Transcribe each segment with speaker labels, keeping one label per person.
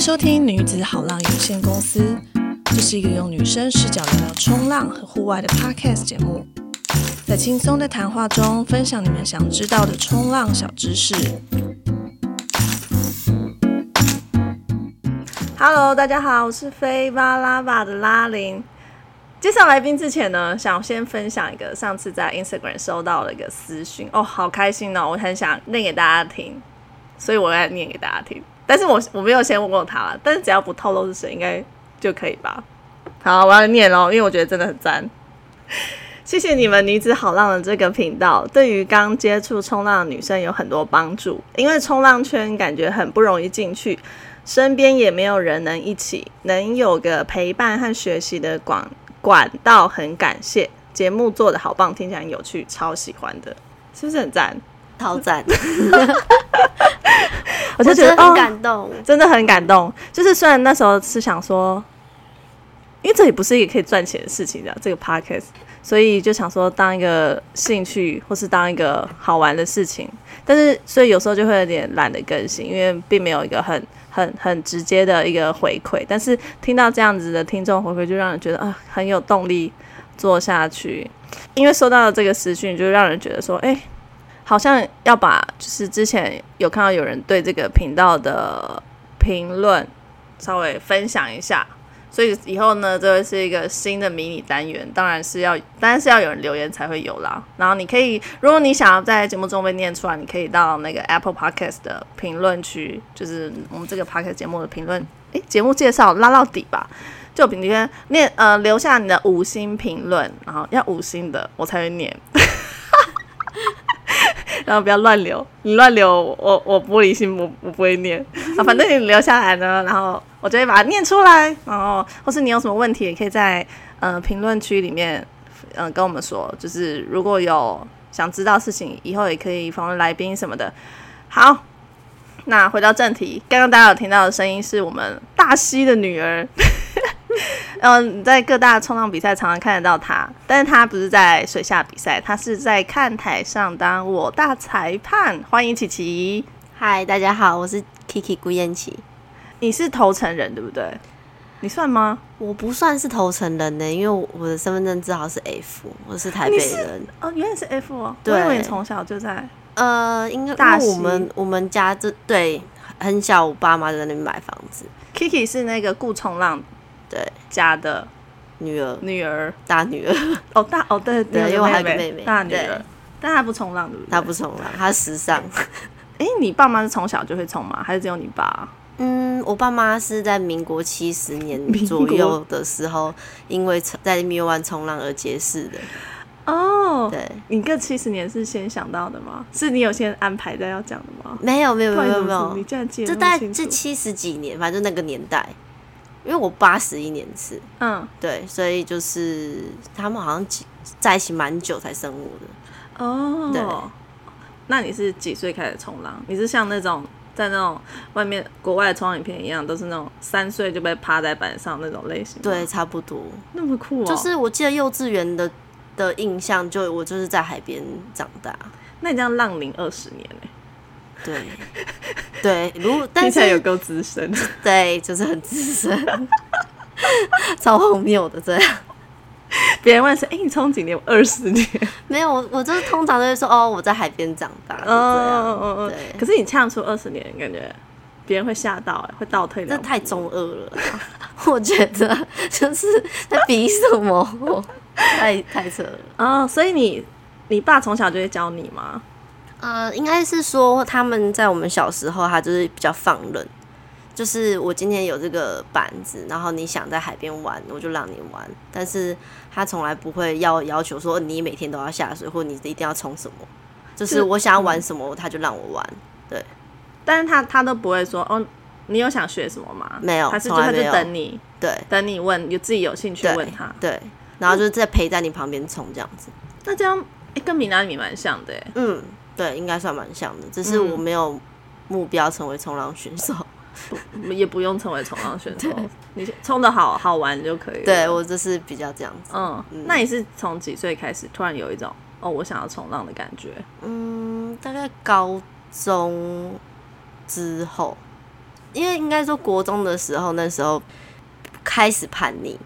Speaker 1: 收听女子好浪有限公司，这是一个用女生视角聊聊冲浪和户外的 podcast 节目，在轻松的谈话中分享你们想知道的冲浪小知识。Hello，大家好，我是飞巴拉巴的拉林。介绍来宾之前呢，想先分享一个上次在 Instagram 收到了一个私讯，哦，好开心哦，我很想念给大家听，所以我要念给大家听。但是我我没有先问过他啦，但是只要不透露是谁，应该就可以吧。好，我要念喽，因为我觉得真的很赞。 谢谢你们女子好浪的这个频道，对于刚接触冲浪的女生有很多帮助，因为冲浪圈感觉很不容易进去，身边也没有人能一起，能有个陪伴和学习的广管道，很感谢节目做的好棒，听起来很有趣，超喜欢的，是不是很赞？
Speaker 2: 超赞，
Speaker 1: 我
Speaker 2: 我
Speaker 1: 就觉
Speaker 2: 真
Speaker 1: 得
Speaker 2: 的很
Speaker 1: 哦
Speaker 2: 感动。
Speaker 1: 真的很感动。就是虽然那时候是想说，因为这也不是一个可以赚钱的事情啊的这个 podcast，所以就想说当一个兴趣或是当一个好玩的事情。但是所以有时候就会有点懒得更新，因为并没有一个很很很直接的一个回馈。但是听到这样子的听众回馈，就让人觉得啊很有动力做下去。因为收到了这个私讯，就让人觉得说，哎、好像要把就是之前有看到有人对这个频道的评论稍微分享一下。所以以后呢，这会是一个新的迷你单元，当然是要，当然是要有人留言才会有啦。然后你可以，如果你想要在节目中被念出来，你可以到那个 Apple Podcast 的评论区，就是我们这个 Podcast 节目的评论，诶，节目介绍拉到底吧，就评论念呃留下你的五星评论，然后要五星的我才会念， 然后不要乱留，你乱留我我我玻璃心，我我不会念。啊，反正你留下来呢，然后我就会把它念出来，然后或是你有什么问题，也可以在呃评论区里面嗯、呃跟我们说，就是如果有想知道事情，以后也可以访问来宾什么的。好，那回到正题，刚刚大家有听到的声音是我们大西的女儿。嗯，在各大冲浪比赛常常看得到她，但是她不是在水下比赛，她是在看台上当我大裁判。欢迎琪琪，
Speaker 2: 嗨，大家好，我是 Kiki 顾燕琪。
Speaker 1: 你是头城人对不对？你算吗？
Speaker 2: 我不算是头城人呢、因为我我的身份证字号是 F，我是台北人。
Speaker 1: 哦，原来是 F 哦，我
Speaker 2: 对
Speaker 1: 以为你从小就在。
Speaker 2: 呃，应该
Speaker 1: 大
Speaker 2: 因为我
Speaker 1: 溪
Speaker 2: 们我们家这对很小，我爸妈就在那边买房子，
Speaker 1: Kiki 是那个顾冲浪
Speaker 2: 对，
Speaker 1: 家的
Speaker 2: 女儿
Speaker 1: 女儿，
Speaker 2: 大女儿，
Speaker 1: 哦大哦对
Speaker 2: 对
Speaker 1: 你
Speaker 2: 因为我还有个
Speaker 1: 妹
Speaker 2: 妹妹
Speaker 1: 大女
Speaker 2: 对
Speaker 1: 儿，但她不冲浪对不对？
Speaker 2: 她不冲浪，她时尚。
Speaker 1: 哎，你爸妈是从小就会冲吗？还是只有你爸？
Speaker 2: 嗯，我爸妈是在民国七十年
Speaker 1: 民
Speaker 2: 左
Speaker 1: 国
Speaker 2: 右的时候，因为冲在米湾冲浪而结识的。
Speaker 1: 哦，
Speaker 2: 对，
Speaker 1: 你个七十年是先想到的吗？是你有先安排在要讲的吗？
Speaker 2: 没有没有
Speaker 1: 不
Speaker 2: 没
Speaker 1: 然
Speaker 2: 有
Speaker 1: 怎
Speaker 2: 没
Speaker 1: 么说
Speaker 2: 有
Speaker 1: 你，竟然记得
Speaker 2: 这
Speaker 1: 那
Speaker 2: 大
Speaker 1: 么
Speaker 2: 概
Speaker 1: 清
Speaker 2: 这
Speaker 1: 楚。
Speaker 2: 七十几年，反正那个年代，因为我八十一年次，
Speaker 1: 嗯，
Speaker 2: 对，所以就是他们好像几在一起蛮久才生我的。对
Speaker 1: 哦，那你是几岁开始冲浪？你是像那种在那种外面国外的冲浪影片一样，都是那种三岁就被趴在板上那种类型吗？
Speaker 2: 对，差不多，
Speaker 1: 那么酷哦！
Speaker 2: 就是我记得幼稚园的的印象，就我就是在海边长大。
Speaker 1: 那你这样浪龄二十年呢、
Speaker 2: 对，对，如果
Speaker 1: 听
Speaker 2: 但
Speaker 1: 起来有
Speaker 2: 是
Speaker 1: 够资深。
Speaker 2: 对，就是很资深， 超荒谬的啊这样。
Speaker 1: 别人问是，哎、你冲几年？二十年。
Speaker 2: 没有，我我 就是通常都会说哦，我在海边长大，
Speaker 1: 哦
Speaker 2: 就这样。
Speaker 1: 嗯
Speaker 2: 对
Speaker 1: 可是你呛出二十年，感觉别人会吓到、哎，会倒退
Speaker 2: 这
Speaker 1: 的。
Speaker 2: 太中二了 啦，我觉得就是在比什么，哦太太扯了。
Speaker 1: 哦，所以你你爸从小就会教你吗？
Speaker 2: 呃，应该是说他们在我们小时候，他就是比较放任，就是我今天有这个板子，然后你想在海边玩，我就让你玩，但是他从来不会要要求说你每天都要下水，或你一定要冲什么，就是嗯
Speaker 1: 就
Speaker 2: 我想要玩什么，他就让我玩。
Speaker 1: 但是他他都不会说，哦，你有想学什么吗？
Speaker 2: 没有
Speaker 1: 还是就
Speaker 2: 从来
Speaker 1: 他就
Speaker 2: 没有
Speaker 1: 等你
Speaker 2: 对
Speaker 1: 等你问，有自己有兴趣
Speaker 2: 对
Speaker 1: 问他。
Speaker 2: 对，然后就是在陪在你旁边冲这样子。
Speaker 1: 那这样，哎、跟闽南语蛮像的、哎。
Speaker 2: 嗯，对，应该算蛮像的，只是
Speaker 1: 嗯
Speaker 2: 我没有目标成为冲浪 选手。
Speaker 1: 不也不用成为冲浪选手，你冲的好好玩就可以了。
Speaker 2: 对我就是比较这样子。
Speaker 1: 嗯，那你是从几岁开始突然有一种哦，我想要冲浪的感觉？
Speaker 2: 嗯，大概高中之后，因为应该说国中的时候，那时候开始叛逆，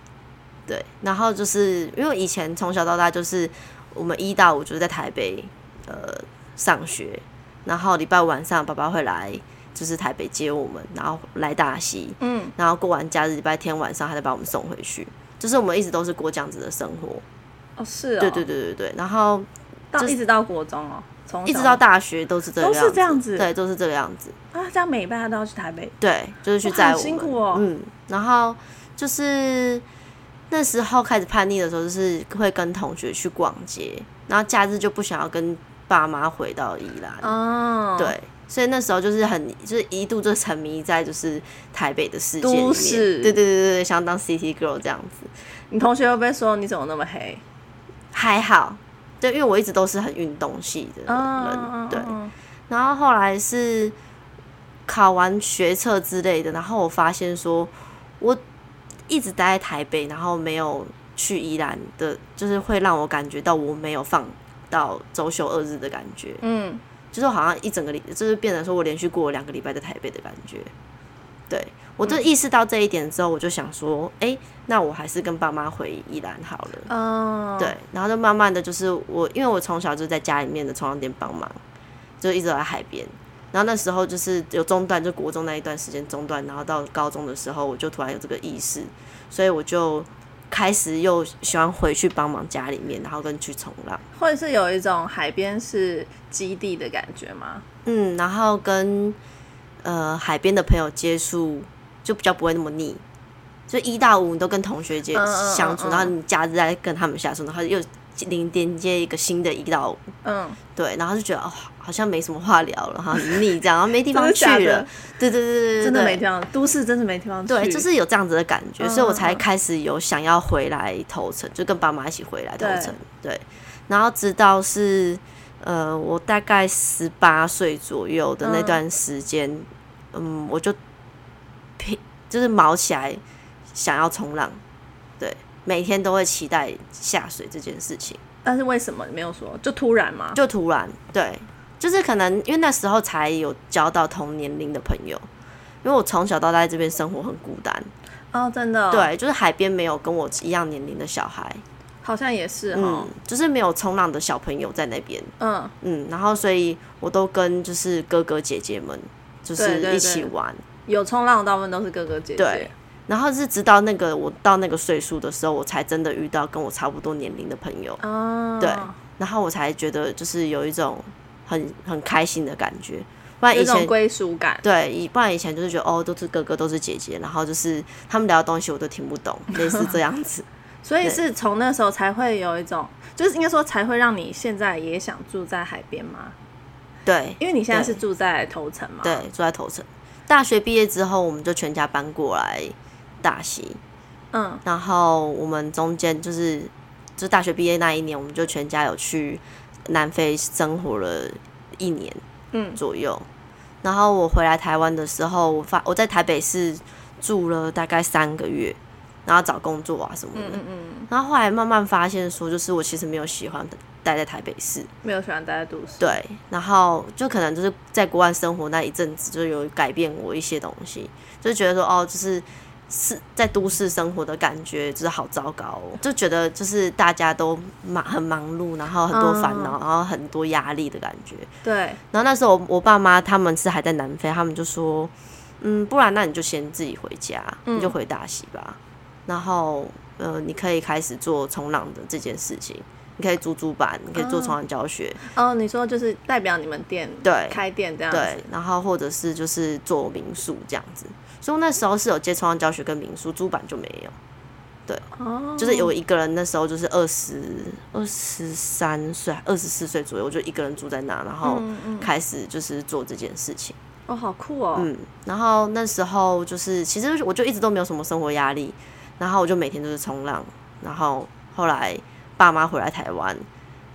Speaker 2: 对，然后就是因为以前从小到大就是我们一到五就是在台北呃上学，然后礼拜五晚上爸爸会来就是台北接我们，然后来大溪，
Speaker 3: 嗯，
Speaker 2: 然后过完假日礼拜天晚上他再把我们送回去，就是我们一直都是过这样子的生活，
Speaker 3: 哦是哦，
Speaker 2: 对对，对对对，然后
Speaker 3: 到
Speaker 2: 就是
Speaker 3: 一直到国中哦，从小
Speaker 2: 一直到大学都是这个
Speaker 3: 都
Speaker 2: 样
Speaker 3: 是
Speaker 2: 子，
Speaker 3: 这样子
Speaker 2: 对，都是这个样子。
Speaker 3: 啊，这样每一班他都要去台北，
Speaker 2: 对，就是去
Speaker 3: 哇
Speaker 2: 载
Speaker 3: 好
Speaker 2: 我们。
Speaker 3: 辛苦哦
Speaker 2: 嗯，然后就是那时候开始叛逆的时候，就是会跟同学去逛街，然后假日就不想要跟爸妈回到宜兰。
Speaker 3: 哦，，
Speaker 2: 嗯对，所以那时候就是很，就是一度就沉迷在就是台北的世界里面。
Speaker 3: 都市
Speaker 2: 对对对对对，想要当 City Girl 这样子。
Speaker 3: 你同学会不会说你怎么那么黑？
Speaker 2: 还好，对，因为我一直都是很运动系的人，
Speaker 3: 嗯，
Speaker 2: 对。
Speaker 3: 嗯
Speaker 2: 然后后来是考完学测之类的，然后我发现说，我一直待在台北，然后没有去宜兰的，就是会让我感觉到我没有放到周休二日的感觉，
Speaker 3: 嗯，
Speaker 2: 就是我好像一整个礼，就是变成说我连续过两个礼拜在台北的感觉。对我
Speaker 3: 嗯
Speaker 2: 就意识到这一点之后，我就想说，诶，那我还是跟爸妈回宜兰好了。
Speaker 3: 嗯哦，
Speaker 2: 对，然后就慢慢的就是我，因为我从小就在家里面的冲浪店帮忙，就一直都在海边。然后那时候就是有中断，就国中那一段时间中断，然后到高中的时候，我就突然有这个意识，所以我就开始又喜欢回去帮忙家里面，然后跟去冲浪，
Speaker 3: 或者是有一种海边是基地的感觉吗？
Speaker 2: 嗯，然后跟呃海边的朋友接触，就比较不会那么腻。就一到五你都跟同学接
Speaker 3: 嗯嗯
Speaker 2: 相
Speaker 3: 嗯
Speaker 2: 处，
Speaker 3: 嗯
Speaker 2: 然后你假日再跟他们下手，然后又连连接一个新的一到五。
Speaker 3: 嗯，
Speaker 2: 对，然后就觉得哦，好像没什么话聊了，哈，很腻 这样，然后没地方
Speaker 3: 真的
Speaker 2: 去
Speaker 3: 假的
Speaker 2: 了。对对对对对，
Speaker 3: 真的
Speaker 2: 对
Speaker 3: 没地方，都市真的没地方去，
Speaker 2: 对，就是有这样子的感觉，所以我才
Speaker 3: 嗯
Speaker 2: 开始有想要回来头城，就跟爸妈一起回来头
Speaker 3: 对
Speaker 2: 城。对，然后直到是呃，我大概十八岁左右的那
Speaker 3: 嗯
Speaker 2: 段时间，嗯我就拼就是毛起来想要冲浪，对，每天都会期待下水这件事情。
Speaker 3: 但是为什么你没有说？就突然吗？
Speaker 2: 就突然对，就是可能因为那时候才有交到同年龄的朋友，因为我从小到大在这边生活很孤单，
Speaker 3: 哦，真的、，
Speaker 2: 对，就是海边没有跟我一样年龄的小孩，
Speaker 3: 好像也是
Speaker 2: 嗯
Speaker 3: 哦，，
Speaker 2: 就是没有冲浪的小朋友在那边，
Speaker 3: 嗯
Speaker 2: 嗯，然后所以我都跟就是哥哥姐姐们就
Speaker 3: 对
Speaker 2: 是
Speaker 3: 对
Speaker 2: 一起
Speaker 3: 对
Speaker 2: 玩，
Speaker 3: 有冲浪的大部分都是哥哥姐姐，
Speaker 2: 对，然后是直到那个我到那个岁数的时候，我才真的遇到跟我差不多年龄的朋友，
Speaker 3: 哦，
Speaker 2: 对然后我才觉得就是有一种很很开心的感觉，不然
Speaker 3: 有
Speaker 2: 以
Speaker 3: 一种
Speaker 2: 前
Speaker 3: 归属感，
Speaker 2: 对，以不然以前就是觉得哦，都是哥哥，都是姐姐，然后就是他们聊的东西我都听不懂，类似这样子。
Speaker 3: 所以
Speaker 2: 对
Speaker 3: 是从那时候才会有一种，就是应该说才会让你现在也想住在海边吗？
Speaker 2: 对
Speaker 3: 因为你现在
Speaker 2: 对
Speaker 3: 是住在头城嘛，
Speaker 2: 对，住在头城。大学毕业之后，我们就全家搬过来大溪，
Speaker 3: 嗯，
Speaker 2: 然后我们中间就是就大学毕业那一年，我们就全家有去南非生活了一年，
Speaker 3: 嗯
Speaker 2: 左右。然后我回来台湾的时候，我发我在台北市住了大概三个月，然后找工作啊什么的。
Speaker 3: 嗯嗯嗯，
Speaker 2: 然后后来慢慢发现说，就是我其实没有喜欢待在台北市，
Speaker 3: 没有喜欢待在都市，，
Speaker 2: 对，然后就可能就是在国外生活那一阵子，就有改变我一些东西，就觉得说哦，就是是在都市生活的感觉就是好糟糕哦，就觉得就是大家都忙很忙碌，然后很多烦恼，
Speaker 3: 嗯
Speaker 2: 然后很多压力的感觉。
Speaker 3: 对，
Speaker 2: 然后那时候我我爸妈他们是还在南非，他们就说，嗯，不然那你就先自己回家，
Speaker 3: 嗯
Speaker 2: 你就回大溪吧。然后呃，你可以开始做冲浪的这件事情，你可以租租板，你可以做冲浪教学，
Speaker 3: 哦，你说就是代表你们店
Speaker 2: 对
Speaker 3: 开店这样子，
Speaker 2: 对，然后或者是就是做民宿这样子。所以我那时候是有接冲浪教学跟民宿，租板就没有。
Speaker 3: 哦，
Speaker 2: 就是有一个人那时候就是二十二十三岁、二十四岁左右，我就一个人住在那，然后
Speaker 3: 嗯嗯
Speaker 2: 开始就是做这件事情。
Speaker 3: 哦，好酷哦，
Speaker 2: 嗯，然后那时候就是，其实我就一直都没有什么生活压力，然后我就每天都是冲浪，然后后来爸妈回来台湾，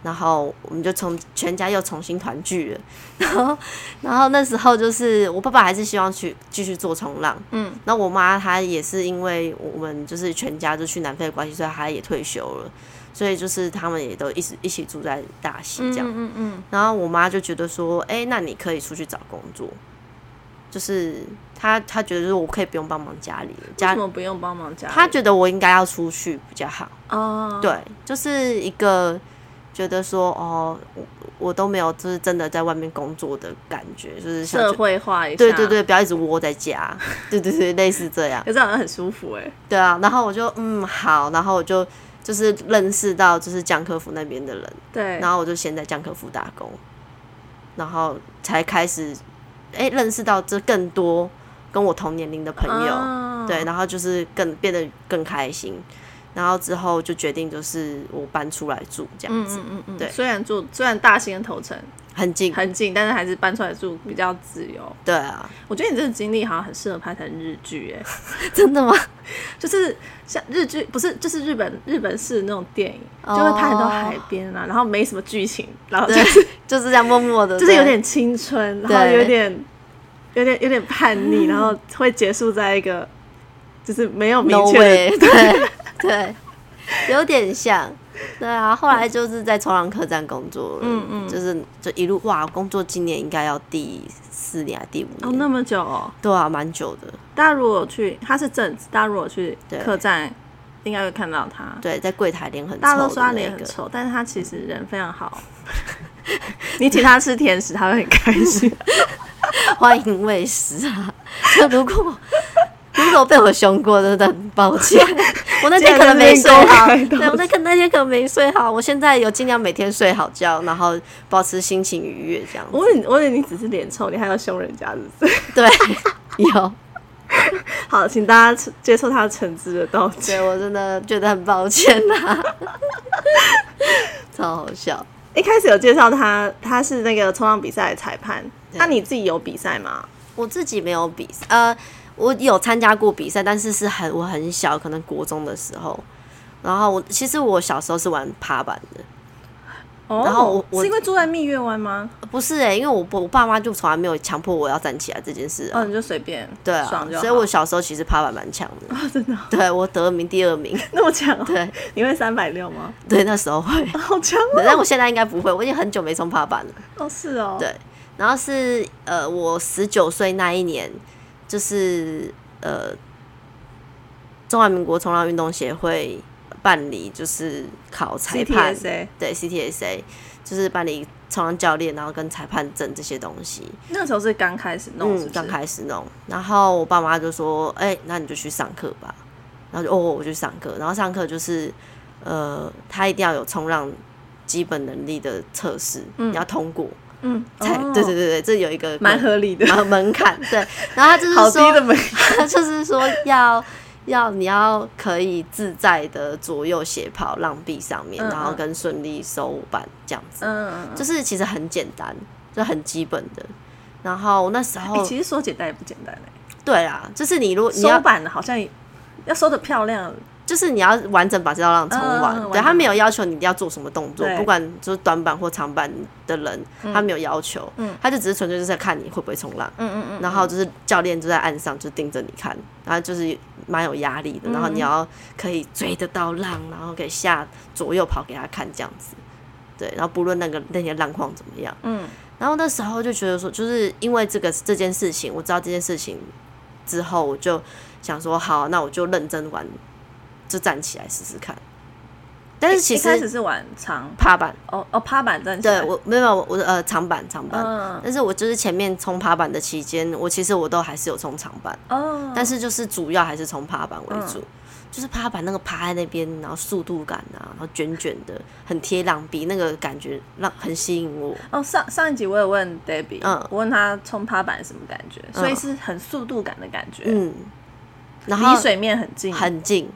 Speaker 2: 然后我们就从全家又重新团聚了， 然后然后那时候就是我爸爸还是希望去继续做冲浪，
Speaker 3: 嗯，
Speaker 2: 那我妈她也是因为我们就是全家就去南非的关系，所以她也退休了，所以就是他们也都一直一起住在大溪这样，
Speaker 3: 嗯嗯嗯，
Speaker 2: 然后我妈就觉得说，哎、那你可以出去找工作，就是他他觉得就是我可以不用帮忙家里，
Speaker 1: 为
Speaker 2: 家
Speaker 1: 什么不用帮忙家里？
Speaker 2: 他觉得我应该要出去比较好。
Speaker 1: 哦，
Speaker 2: 对，就是一个觉得说哦，我我都没有就是真的在外面工作的感觉，就是想
Speaker 1: 社
Speaker 2: 去
Speaker 1: 会化一下，
Speaker 2: 对对，对，不要一直窝在家， 对对对，类似这样。
Speaker 1: 可是好像很舒服哎、
Speaker 2: 对啊，然后我就嗯好，然后我就就是认识到就是江科夫那边的人，
Speaker 1: 对，
Speaker 2: 然后我就先在江科夫打工，然后才开始哎、认识到这更多跟我同年龄的朋友，
Speaker 1: 哦
Speaker 2: 对，然后就是更变得更开心，然后之后就决定就是我搬出来住这样
Speaker 1: 嗯
Speaker 2: 子，
Speaker 1: 嗯嗯嗯，
Speaker 2: 对
Speaker 1: 虽然住虽然大兴跟头城
Speaker 2: 很近，
Speaker 1: 很近，但是还是搬出来住比较自由。
Speaker 2: 对 啊，
Speaker 1: 我觉得你这个经历好像很适合拍成日剧哎、
Speaker 2: 真的吗？
Speaker 1: 就是像日剧，不是就是日本日本式的那种电影，就会拍很多海边啊，然后没什么剧情，然后就
Speaker 2: 哦对
Speaker 1: 是
Speaker 2: 就是这样默默的，
Speaker 1: 就是有点青春，然后
Speaker 2: 对
Speaker 1: 有点有点有点叛逆，然后会结束在一个就是没有明
Speaker 2: no
Speaker 1: 确的
Speaker 2: way，对 对，有点像。对啊，后来就是在朝阳客栈工作了，嗯嗯，就是就一路哇，工作今年应该要第四年还第五
Speaker 1: 哦
Speaker 2: 年，
Speaker 1: 那么久哦。
Speaker 2: 对啊，蛮久的。
Speaker 1: 大家如果去，他是正职，大家如果去
Speaker 2: 对
Speaker 1: 客栈，应该会看到他。
Speaker 2: 对，在柜台脸很
Speaker 1: 大家都
Speaker 2: 臭
Speaker 1: 说他
Speaker 2: 的
Speaker 1: 脸
Speaker 2: 那
Speaker 1: 很
Speaker 2: 个，
Speaker 1: 丑，但是他其实人非常好。你请他吃甜食，他会很开心。
Speaker 2: 欢迎喂食啊！就如果如果被我凶过，真的很抱歉。我 那 天可能没睡啊好，
Speaker 1: 竟然在那边公开道歉
Speaker 2: 对我那可那天可能没睡好。我现在有尽量每天睡好觉，然后保持心情愉悦，这样
Speaker 1: 我以为我以为你只是脸臭，你还要凶人家，是不是？
Speaker 2: 对。 有，
Speaker 1: 好，请大家接受他诚挚的道 歉。
Speaker 2: 对我真的觉得很抱歉啦、 超好笑。
Speaker 1: 一开始有介绍他，他是那个冲浪比赛的裁判。
Speaker 2: 对
Speaker 1: 那你自己有比赛吗？
Speaker 2: 我自己没有比赛，呃，我有参加过比赛，但是是很我很小，可能国中的时候。然后我其实我小时候是玩爬板的，
Speaker 1: 哦
Speaker 2: 然后我我
Speaker 1: 是因为住在蜜月湾吗？
Speaker 2: 不是哎、因为我我爸妈就从来没有强迫我要站起来这件事、啊，
Speaker 1: 哦，你就随便，
Speaker 2: 对啊
Speaker 1: 爽就，好
Speaker 2: 所以我小时候其实爬板蛮强的，
Speaker 1: 真的哦
Speaker 2: 对我得名第二名，
Speaker 1: 那么强哦，
Speaker 2: 对
Speaker 1: 你会三百六吗？
Speaker 2: 对，那时候会，
Speaker 1: 好强
Speaker 2: 对但我现在应该不会，我已经很久没冲爬板了，
Speaker 1: 哦，是哦，
Speaker 2: 对，然后是呃，我十九岁那一年，就是呃，中华民国冲浪运动协会办理就是考裁判
Speaker 1: CTSA
Speaker 2: 对 CTSA 就是办理冲浪教练，然后跟裁判证这些东西，
Speaker 1: 那时候是刚开始弄，是
Speaker 2: 嗯，
Speaker 1: 不
Speaker 2: 刚
Speaker 1: 是？
Speaker 2: 开始弄，然后我爸妈就说：“哎、那你就去上课吧。”然后就哦，我去上课，然后上课就是呃，他一定要有冲浪基本能力的测试，你要通过
Speaker 1: 嗯，
Speaker 2: 才、
Speaker 1: 哦
Speaker 2: 对对对对，这有一个
Speaker 1: 蛮合理的，
Speaker 2: 门门槛对。然后他就是
Speaker 1: 好低的
Speaker 2: 说，
Speaker 1: 门，
Speaker 2: 他就是说要要你要可以自在的左右斜跑浪壁上面，
Speaker 1: 嗯
Speaker 2: 然后
Speaker 1: 嗯
Speaker 2: 跟顺利收板这样子，
Speaker 1: 嗯，嗯
Speaker 2: 就是其实很简单，就很基本的。然后那时
Speaker 1: 欸
Speaker 2: 候，
Speaker 1: 其实说简单也不简单哎、
Speaker 2: 对啦，就是你如果
Speaker 1: 欸，
Speaker 2: 你
Speaker 1: 收
Speaker 2: 要，
Speaker 1: 板好像也要收的漂亮，
Speaker 2: 就是你要完整把这道浪冲完。
Speaker 1: 嗯嗯嗯
Speaker 2: 对
Speaker 1: 完
Speaker 2: 他
Speaker 1: 整
Speaker 2: 没有要求你一定要做什么动作
Speaker 1: 对，
Speaker 2: 不管就是短板或长板的人，他没有要求，
Speaker 1: 嗯
Speaker 2: 他就只是纯粹就是在看你会不会冲浪。
Speaker 1: 嗯嗯嗯
Speaker 2: 然后就是教练就在岸上就盯着你看，然后就是蛮有压力的，
Speaker 1: 嗯
Speaker 2: 然后你要可以追得到浪，然后给下左右跑给他看这样子，对，然后不论那个那些浪况怎么样，
Speaker 1: 嗯，
Speaker 2: 然后那时候就觉得说，就是因为这个这件事情，我知道这件事情之后，我就想说，好，那我就认真玩，就站起来试试看。但是其
Speaker 1: 一开始
Speaker 2: 实
Speaker 1: 是晚长，
Speaker 2: 趴板，
Speaker 1: 哦哦趴板站起来，
Speaker 2: 对我没有我的呃长板长板，
Speaker 1: 嗯
Speaker 2: 但是我就是前面冲趴板的期间，我其实我都还是有冲长板，
Speaker 1: 哦，
Speaker 2: 但是就是主要还是冲趴板
Speaker 1: 嗯
Speaker 2: 为主。就是趴板那个趴在那边，然后速度感啊，然后卷卷的，很贴浪壁，那个感觉让很吸引我。
Speaker 1: 哦上上一集我有问 Debbie，
Speaker 2: 嗯
Speaker 1: 我问他冲趴板什么感觉，所以是很速度感的感觉，
Speaker 2: 嗯，然后
Speaker 1: 离水面很近，
Speaker 2: 很近，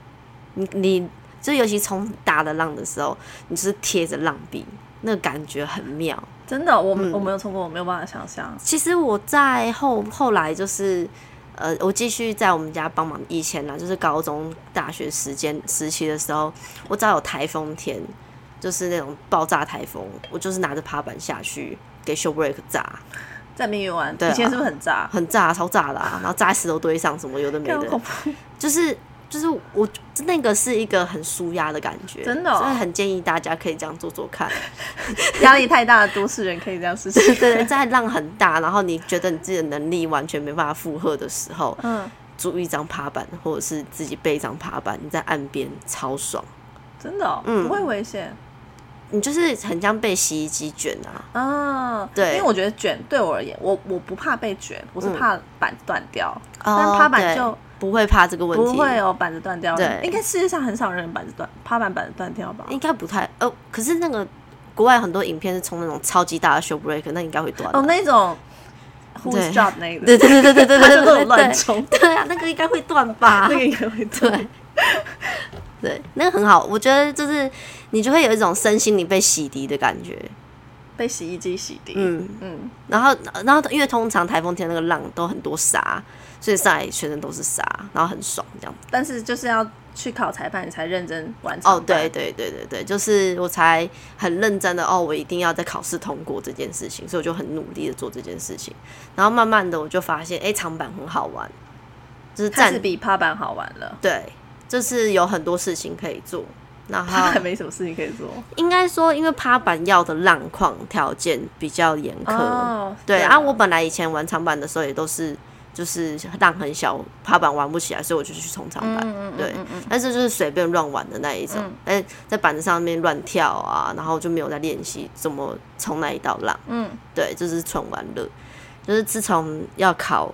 Speaker 2: 你你就尤其从打的浪的时候，你就是贴着浪壁，那个感觉很妙。
Speaker 1: 真的，我、
Speaker 2: 嗯
Speaker 1: 我没有冲过，我没有办法想象，
Speaker 2: 其实我在后后来就是，呃，我继续在我们家帮忙。以前呢，就是高中、大学时间时期的时候，我只要有台风天，就是那种爆炸台风，我就是拿着爬板下去给 show break 炸，
Speaker 1: 在蜜月湾，
Speaker 2: 对啊
Speaker 1: 以前是不是很炸？
Speaker 2: 很炸，超炸的、啊，然后炸在石头堆上什么有的没
Speaker 1: 干好
Speaker 2: 的
Speaker 1: 恐，怖
Speaker 2: 就是就是我那个是一个很舒压的感觉，
Speaker 1: 真的哦
Speaker 2: 所以很建议大家可以这样做做看。
Speaker 1: 压力太大的都市人可以这样试
Speaker 2: 对
Speaker 1: 试。
Speaker 2: 对，在浪很大，然后你觉得你自己的能力完全没办法负荷的时候，
Speaker 1: 嗯，
Speaker 2: 租一张爬板，或者是自己备一张爬板，你在岸边超爽，
Speaker 1: 真的、哦，
Speaker 2: 嗯
Speaker 1: 不会危险
Speaker 2: 你就是很像被洗衣机卷啊。
Speaker 1: 啊。
Speaker 2: 对
Speaker 1: 因为我觉得卷对我而言，我我不怕被卷，我是
Speaker 2: 嗯
Speaker 1: 怕板断掉。
Speaker 2: 哦
Speaker 1: 但趴板
Speaker 2: 对
Speaker 1: 就
Speaker 2: 不会怕这个问
Speaker 1: 不
Speaker 2: 题，
Speaker 1: 会有板子断掉的
Speaker 2: 对
Speaker 1: 应该世界上很少人板子断趴板板子断掉吧？
Speaker 2: 应该不太哦。可是那个国外很多影片是从那种超级大的 show break，那应该会断啊。
Speaker 1: 哦，那种
Speaker 2: 对
Speaker 1: who's job 那个，
Speaker 2: 对对对对对对
Speaker 1: 他就
Speaker 2: 对对
Speaker 1: 都有
Speaker 2: 对，
Speaker 1: 乱冲，
Speaker 2: 对啊，那个应该会断吧
Speaker 1: 那？个应该会断。
Speaker 2: 对。对，那个很好，我觉得就是你就会有一种身心灵被洗涤的感觉，
Speaker 1: 被洗衣机洗涤。
Speaker 2: 嗯，
Speaker 1: 嗯，
Speaker 2: 然后，然后因为通常台风天那个浪都很多沙，所以上来全身都是沙，然后很爽这样。
Speaker 1: 但是就是要去考裁判，你才认真完成。
Speaker 2: 哦，对，对对对对，就是我才很认真的哦，我一定要在考试通过这件事情，所以我就很努力的做这件事情。然后慢慢的我就发现，哎，长板很好玩，就是
Speaker 1: 开始
Speaker 2: 站
Speaker 1: 比趴板好玩了。
Speaker 2: 对，就是有很多事情可以做。然
Speaker 1: 趴
Speaker 2: 后
Speaker 1: 板没什么事情可以做。
Speaker 2: 应该说，因为趴板要的浪况条件比较严苛，
Speaker 1: 哦
Speaker 2: 对
Speaker 1: 对
Speaker 2: 啊，
Speaker 1: 啊
Speaker 2: 我本来以前玩长板的时候也都是就是浪很小，爬板玩不起来，所以我就去冲长
Speaker 1: 嗯
Speaker 2: 板。对，但是就是随便乱玩的那一种，哎、在板子上面乱跳啊，然后就没有在练习怎么冲那一道浪。
Speaker 1: 嗯，
Speaker 2: 对，就是纯玩乐。就是自从要考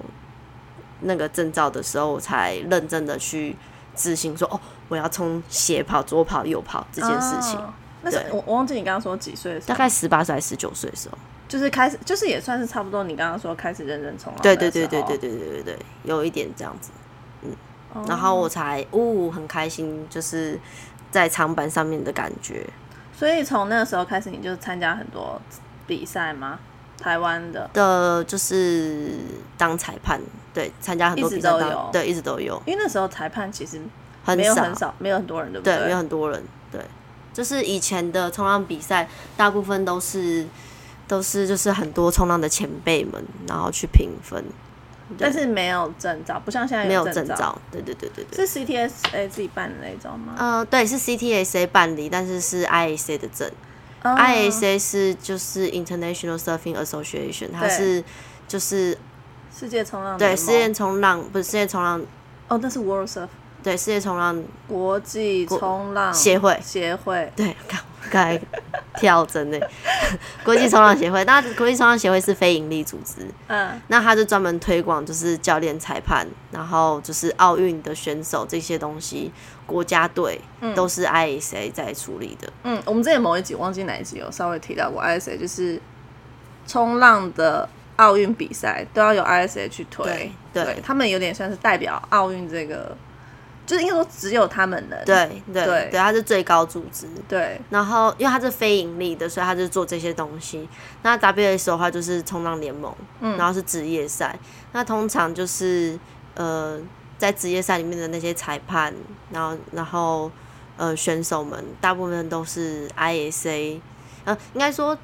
Speaker 2: 那个证照的时候，我才认真的去执行说，哦，我要冲斜跑、左跑、右跑这件事情。
Speaker 1: 哦那是
Speaker 2: 对
Speaker 1: 我我忘记你刚刚说几岁的时
Speaker 2: 大
Speaker 1: 候，
Speaker 2: 概十八岁还是十九岁的时候，
Speaker 1: 就是开始，就是也算是差不多。你刚刚说开始认真冲浪
Speaker 2: 对
Speaker 1: 的时
Speaker 2: 对
Speaker 1: 候，
Speaker 2: 对对对对对对对，有一点这样子。
Speaker 1: 哦
Speaker 2: 然后我才呜、很开心，就是在长板上面的感觉。
Speaker 1: 所以从那个时候开始，你就参加很多比赛吗？台湾的，
Speaker 2: 的，就是当裁判，对，参加很多
Speaker 1: 一直
Speaker 2: 比赛
Speaker 1: 都
Speaker 2: 当，
Speaker 1: 有
Speaker 2: 对，一直都有，
Speaker 1: 因为那时候裁判其实
Speaker 2: 很
Speaker 1: 没有
Speaker 2: 少，
Speaker 1: 很少，没有很多人，对不
Speaker 2: 对，没有很多人，对，就是以前的冲浪比赛，大部分都是都是就是很多冲浪的前辈们，然后去评分，
Speaker 1: 但是没有证照，不像现在
Speaker 2: 没有
Speaker 1: 证
Speaker 2: 证照，对对对对对。
Speaker 1: 是 CTSA 自己办的那种吗？
Speaker 2: 呃，对，是 CTSA 办理，但是是 IAC 的证。
Speaker 1: 哦
Speaker 2: IAC 是就是 International Surfing Association，它
Speaker 1: 对
Speaker 2: 是就是
Speaker 1: 世界冲浪
Speaker 2: 对
Speaker 1: 联
Speaker 2: 世
Speaker 1: 盟
Speaker 2: 界冲浪不是世界冲浪，
Speaker 1: 哦，那是 World Surf
Speaker 2: 对世界冲浪
Speaker 1: 国际冲浪
Speaker 2: 协会，
Speaker 1: 协会，
Speaker 2: 对，刚刚才跳针呢， 国际冲浪协会。那国际冲浪协会是非营利组织，
Speaker 1: 嗯，
Speaker 2: 那它就专门推广就是教练、裁判，然后就是奥运的选手这些东西，国家队都是 IAC 在处理的。
Speaker 1: 嗯，我们之前某一集忘记哪一集有稍微提到过 ISA，就是冲浪的奥运比赛都要有 ISA 去推，
Speaker 2: 对对
Speaker 1: 他们有点算是代表奥运这个，就是应该说只有他们能，
Speaker 2: 对对
Speaker 1: 呃对
Speaker 2: 对，它是最高组织。
Speaker 1: 对，
Speaker 2: 然后，因为它是非盈利的，所以它就做这些东西。那 WS 的话就是冲浪联盟，
Speaker 1: 嗯
Speaker 2: 然后是职业赛。那通常就是呃，在职业赛里面的那些裁判，然后然后呃选手们，大部分都是 ISA，呃，应该说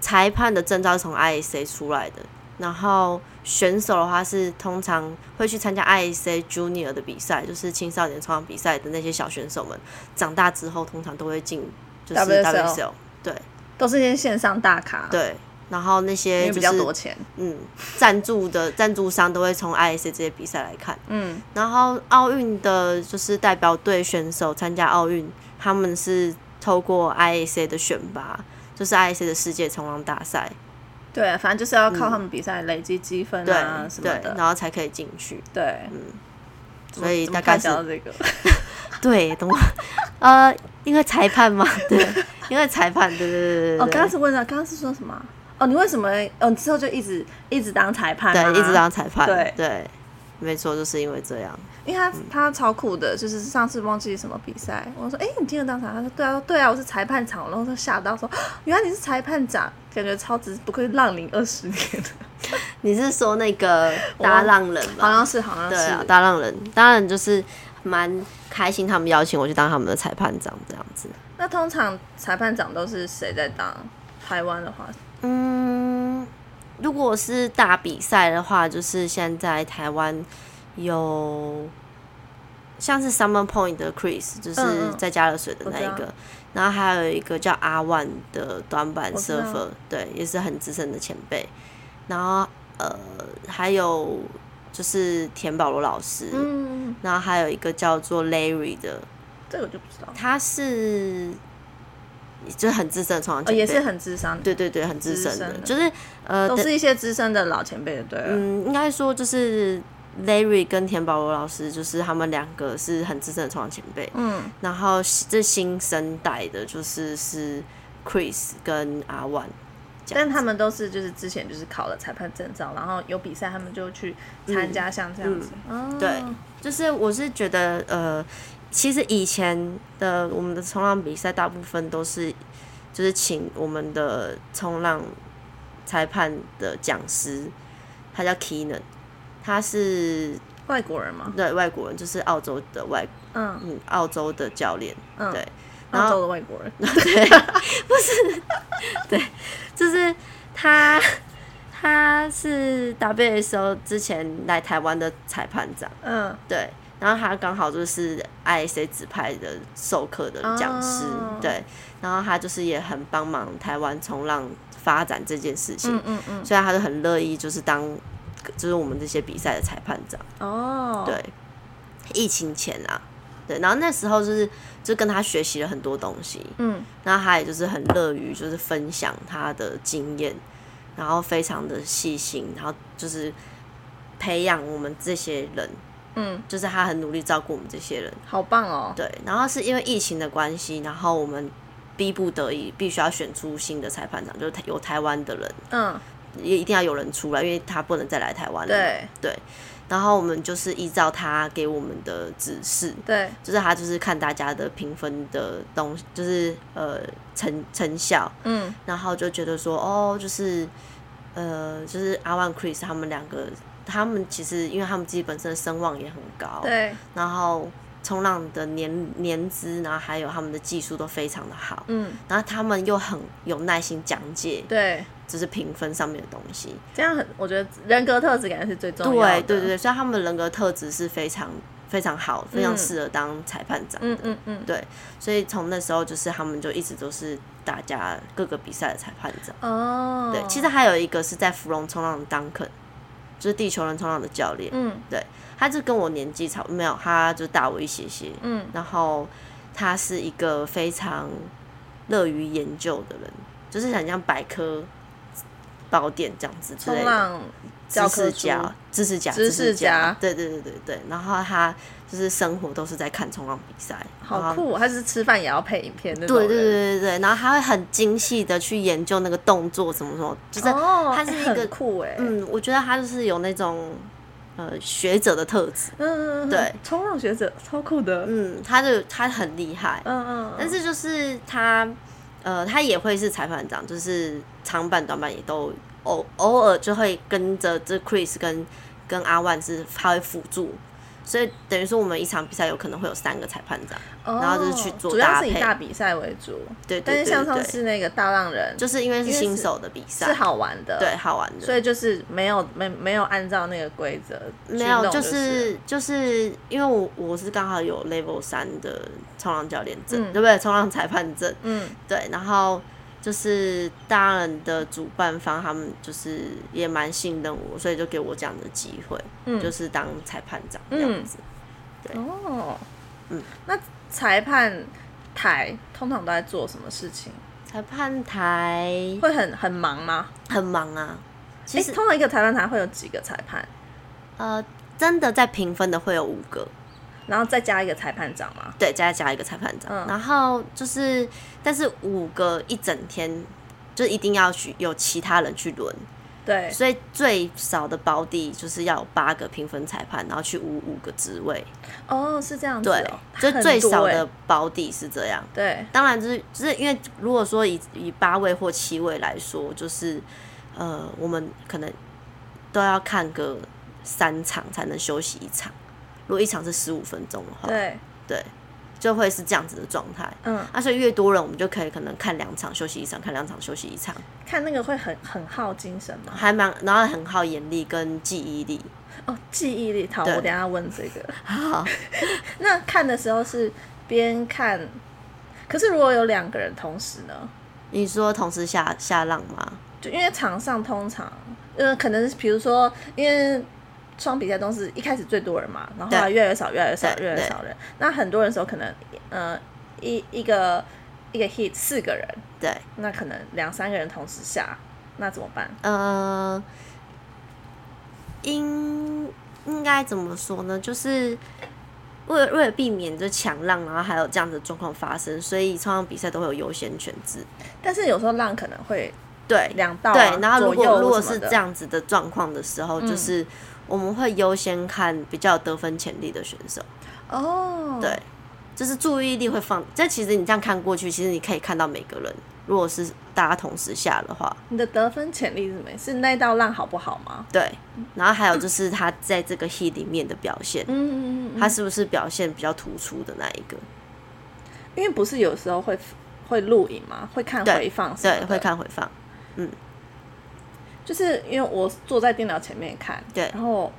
Speaker 2: 裁判的证照是从 ISA 出来的。然后选手的话是通常会去参加 ISA Junior 的比赛，就是青少年冲浪比赛的那些小选手们，长大之后通常都会进就是
Speaker 1: WSL
Speaker 2: WSL，对
Speaker 1: 都是一些线上大咖，，
Speaker 2: 对。然后那
Speaker 1: 因
Speaker 2: 些
Speaker 1: 为
Speaker 2: 就
Speaker 1: 比较
Speaker 2: 是
Speaker 1: 多钱，
Speaker 2: 嗯，赞助的赞助商都会从 ISA 这些比赛来看。
Speaker 1: 嗯，
Speaker 2: 然后奥运的就是代表队选手参加奥运，他们是透过 IAC 的选拔，就是 IAC 的世界冲浪大赛，
Speaker 1: 对，反正就是要靠他们比赛累积积分
Speaker 2: 嗯对、
Speaker 1: 啊什么
Speaker 2: 对，
Speaker 1: 的，
Speaker 2: 然后才可以进去。
Speaker 1: 对，
Speaker 2: 所以
Speaker 1: 怎么
Speaker 2: 大概
Speaker 1: 怎么快讲
Speaker 2: 是
Speaker 1: 到这个，
Speaker 2: 对，懂吗？呃，因为裁判嘛， 对，因为裁判，对对对对对。
Speaker 1: 哦，刚刚是问到，刚刚是说什么啊？哦，你为什么？哦，你之后就一直一直当裁判、啊，
Speaker 2: 对，一直当裁判，
Speaker 1: 对
Speaker 2: 对，没错，就是因为这样。
Speaker 1: 因为他
Speaker 2: 嗯
Speaker 1: 他超酷的，就是上次忘记什么比赛，我说哎、诶你今天当场？他说对啊，对啊，我是裁判长，然后就吓到说 啊原来你是裁判长，感觉超值，不愧浪龄二十年，
Speaker 2: 你是说那个搭浪人吗？
Speaker 1: 好像是好像
Speaker 2: 对
Speaker 1: 是，
Speaker 2: 啊，大浪人，当然就是蛮开心，他们邀请我去当他们的裁判长这样子。
Speaker 1: 那通常裁判长都是谁在当？台湾的话，
Speaker 2: 嗯，如果是大比赛的话，就是现在台湾有，像是 Summer Point 的 Chris，就是
Speaker 1: 嗯嗯
Speaker 2: 在加热水的那一
Speaker 1: 我知
Speaker 2: 个，然后还有一个叫阿万的短板
Speaker 1: 我知道
Speaker 2: surfer，对，也是很资深的前辈。然后呃，还有就是田保罗老师，
Speaker 1: 嗯，
Speaker 2: 然后还有一个叫做 Larry 的，
Speaker 1: 这个我就不知道，哦
Speaker 2: 他是就是很资深的创
Speaker 1: 哦，
Speaker 2: 作
Speaker 1: 也是很智商，
Speaker 2: 对对对，很资
Speaker 1: 资
Speaker 2: 深的，
Speaker 1: 深的
Speaker 2: 就是呃，
Speaker 1: 都是一些资深的老前辈的，对了，
Speaker 2: 嗯，应该说就是 Larry 跟田保罗老师，就是他们两个是很资深的创作前辈。
Speaker 1: 嗯，
Speaker 2: 然后新这新生代的，就是是 Chris 跟阿万，这样
Speaker 1: 但他们都是就是之前就是考了裁判证照，然后有比赛他们就去参加，像这样子，哦，
Speaker 2: 嗯对就是我是觉得呃，其实以前的我们的冲浪比赛大部分都是就是请我们的冲浪裁判的讲师，他叫 Keenan，他是
Speaker 1: 外国人嘛，
Speaker 2: 对外国人，就是澳洲的外
Speaker 1: 嗯，
Speaker 2: 嗯澳洲的教练，
Speaker 1: 嗯
Speaker 2: 对，然后
Speaker 1: 澳洲的外国人，
Speaker 2: 就是他 他是 WSO 之前来台湾的裁判长，
Speaker 1: 嗯，
Speaker 2: 对，然后他刚好就是 ISA 指派的授课的讲师，
Speaker 1: 哦
Speaker 2: 对，然后他就是也很帮忙台湾冲浪发展这件事情，
Speaker 1: 嗯嗯嗯，
Speaker 2: 所以他就很乐意就是当就是我们这些比赛的裁判长。
Speaker 1: 哦，
Speaker 2: 对，疫情前啊，对，然后那时候就是就跟他学习了很多东西，
Speaker 1: 嗯，
Speaker 2: 那他也就是很乐于就是分享他的经验，然后非常的细心，然后就是培养我们这些人，
Speaker 1: 嗯，
Speaker 2: 就是他很努力照顾我们这些人，
Speaker 1: 好棒哦，
Speaker 2: 对，然后是因为疫情的关系，然后我们逼不得已必须要选出新的裁判长，就是台有台湾的人，
Speaker 1: 嗯，
Speaker 2: 也一定要有人出来，因为他不能再来台湾了嘛，
Speaker 1: 对
Speaker 2: 对，然后我们就是依照他给我们的指示，
Speaker 1: 对，
Speaker 2: 就是他就是看大家的评分的东西，就是呃成成效，
Speaker 1: 嗯，
Speaker 2: 然后就觉得说哦，就是呃就是阿万 Chris 他们两个，他们其实因为他们自己本身的声望也很高，
Speaker 1: 对，
Speaker 2: 然后冲浪的年年资，然后还有他们的技术都非常的好，
Speaker 1: 嗯，
Speaker 2: 然后他们又很有耐心讲解，
Speaker 1: 对，
Speaker 2: 就是评分上面的东西，
Speaker 1: 这样很，我觉得人格特质感觉是最重要的，
Speaker 2: 对对对，所以他们的人格特质是非常非常好，非常适合当裁判长的。
Speaker 1: 嗯嗯嗯，
Speaker 2: 对，所以从那时候就是他们就一直都是大家各个比赛的裁判长。
Speaker 1: 哦，
Speaker 2: 对，其实还有一个是在芙蓉冲浪的 Duncan，就是地球人冲浪的教练，
Speaker 1: 嗯
Speaker 2: 他就跟我年纪差不没有，他就大我一些些。
Speaker 1: 嗯，
Speaker 2: 然后他是一个非常乐于研究的人，就是很像百科宝典这样子之类
Speaker 1: 冲
Speaker 2: 的。
Speaker 1: 浪教
Speaker 2: 知
Speaker 1: 科
Speaker 2: 识
Speaker 1: 书，
Speaker 2: 家，知识家，
Speaker 1: 知识
Speaker 2: 家
Speaker 1: 家，
Speaker 2: 对对对对对。然后他就是生活都是在看冲浪比赛，然
Speaker 1: 好
Speaker 2: 后。
Speaker 1: 酷哦，他是吃饭也要配影片那种
Speaker 2: 啊对
Speaker 1: 人，
Speaker 2: 对对对对，然后他会很精细的去研究那个动作怎么怎么，就是、
Speaker 1: 哦，
Speaker 2: 他是
Speaker 1: 哎
Speaker 2: 一个
Speaker 1: 很酷哎，嗯
Speaker 2: 嗯，我觉得他就是有那种呃学者的特质，
Speaker 1: 嗯，嗯
Speaker 2: 对，
Speaker 1: 冲浪学者超酷的，嗯
Speaker 2: 嗯，他就他很厉害，
Speaker 1: 嗯，
Speaker 2: 但是就是他呃他也会是裁判长，就是长板短板也都偶偶尔就会跟着这 Chris 跟跟阿万是他会辅助。所以等于说，我们一场比赛有可能会有三个裁判长，
Speaker 1: 哦
Speaker 2: 然后就是去做
Speaker 1: 主要
Speaker 2: 搭
Speaker 1: 是以
Speaker 2: 配
Speaker 1: 大比赛为主，
Speaker 2: 对
Speaker 1: 但是
Speaker 2: 对对
Speaker 1: 像
Speaker 2: 对
Speaker 1: 上
Speaker 2: 对，
Speaker 1: 次那个大浪人
Speaker 2: 就是因为是
Speaker 1: 因为
Speaker 2: 新
Speaker 1: 是
Speaker 2: 手的比赛，
Speaker 1: 是好玩的，
Speaker 2: 对，。好玩的，
Speaker 1: 所以就是没有没没有按照那个规则去
Speaker 2: 没有，
Speaker 1: 弄
Speaker 2: 就是是就是因为我我是刚好有 Level 三的冲浪教练证，
Speaker 1: 嗯
Speaker 2: 对不对？冲浪裁判证，
Speaker 1: 嗯
Speaker 2: 对。然后就是大人的主办方他们就是也蛮信任我，所以就给我这样的机会，
Speaker 1: 嗯
Speaker 2: 就是当裁判长这样子。
Speaker 1: 哦，
Speaker 2: 嗯，
Speaker 1: 那裁判台通常都在做什么事情？
Speaker 2: 裁判台
Speaker 1: 会很很忙吗？
Speaker 2: 很忙啊，其
Speaker 1: 诶，
Speaker 2: 实、
Speaker 1: 通常一个裁判台会有几个裁判，
Speaker 2: 呃真的在评分的会有五个，
Speaker 1: 然后再加一个裁判长吗？
Speaker 2: 对，再加一个裁判长。
Speaker 1: 嗯
Speaker 2: 然后就是，但是五个一整天，就一定要去有其他人去轮，
Speaker 1: 对，
Speaker 2: 所以最少的保底就是要有八个评分裁判，然后去五五个职位。
Speaker 1: 哦，是这样子、
Speaker 2: 对
Speaker 1: 哦，，
Speaker 2: 就最少
Speaker 1: 很多
Speaker 2: 的
Speaker 1: 诶
Speaker 2: 保底是这样。
Speaker 1: 对，
Speaker 2: 当然，就是就是因为如果说以以八位或七位来说，就是呃，我们可能都要看个三场才能休息一场。如果一场是十五分钟的话，
Speaker 1: 对，
Speaker 2: 对，就会是这样子的状态。
Speaker 1: 嗯，
Speaker 2: 啊，所以越多人，我们就可以可能看两场休息一场，看两场休息一场，
Speaker 1: 看那个会很很耗精神吗？
Speaker 2: 还蛮然后很耗眼力跟记忆力，
Speaker 1: 哦，记忆力。好，我
Speaker 2: 对
Speaker 1: 等一下问这个。
Speaker 2: 好，
Speaker 1: 那看的时候是边看，可是如果有两个人同时呢？
Speaker 2: 你说同时下下浪吗？
Speaker 1: 就因为场上通常，呃，可能比如说，因为双比赛都是一开始最多人嘛，然后后来
Speaker 2: 对
Speaker 1: 越来越少，越来越少，
Speaker 2: 对
Speaker 1: 越来越少人。那很多人的时候，可能呃一一个一个 hit 四个人，
Speaker 2: 对，
Speaker 1: 那可能两三个人同时下，那怎么办？
Speaker 2: 呃，应应该怎么说呢？就是为了为了避免这强浪，然后还有这样子的状况发生，所以冲浪比赛都会有优先权制。
Speaker 1: 但是有时候浪可能会
Speaker 2: 对，
Speaker 1: 两道、啊、
Speaker 2: 对，然后
Speaker 1: 左
Speaker 2: 如果
Speaker 1: 右
Speaker 2: 如果
Speaker 1: 什么
Speaker 2: 是
Speaker 1: 的
Speaker 2: 这，样子的状况的时候，
Speaker 1: 嗯
Speaker 2: 就是我们会优先看比较有得分潜力的选手，
Speaker 1: 哦，
Speaker 2: 对，就是注意力会放。这其实你这样看过去，其实你可以看到每个人，如果是大家同时下的话，
Speaker 1: 你的得分潜力是没是那道浪好不好吗？
Speaker 2: 对。然后还有就是他在这个 heat 里面的表现，
Speaker 1: 嗯嗯嗯哦嗯，
Speaker 2: 他是不是表现比较突出的那一个？
Speaker 1: 因为不是有时候会会录影嘛，会看
Speaker 2: 对
Speaker 1: 回放什么
Speaker 2: 对，
Speaker 1: 的
Speaker 2: 会看回放。
Speaker 1: 就是因为我坐在电脑前面看，
Speaker 2: 对
Speaker 1: 然后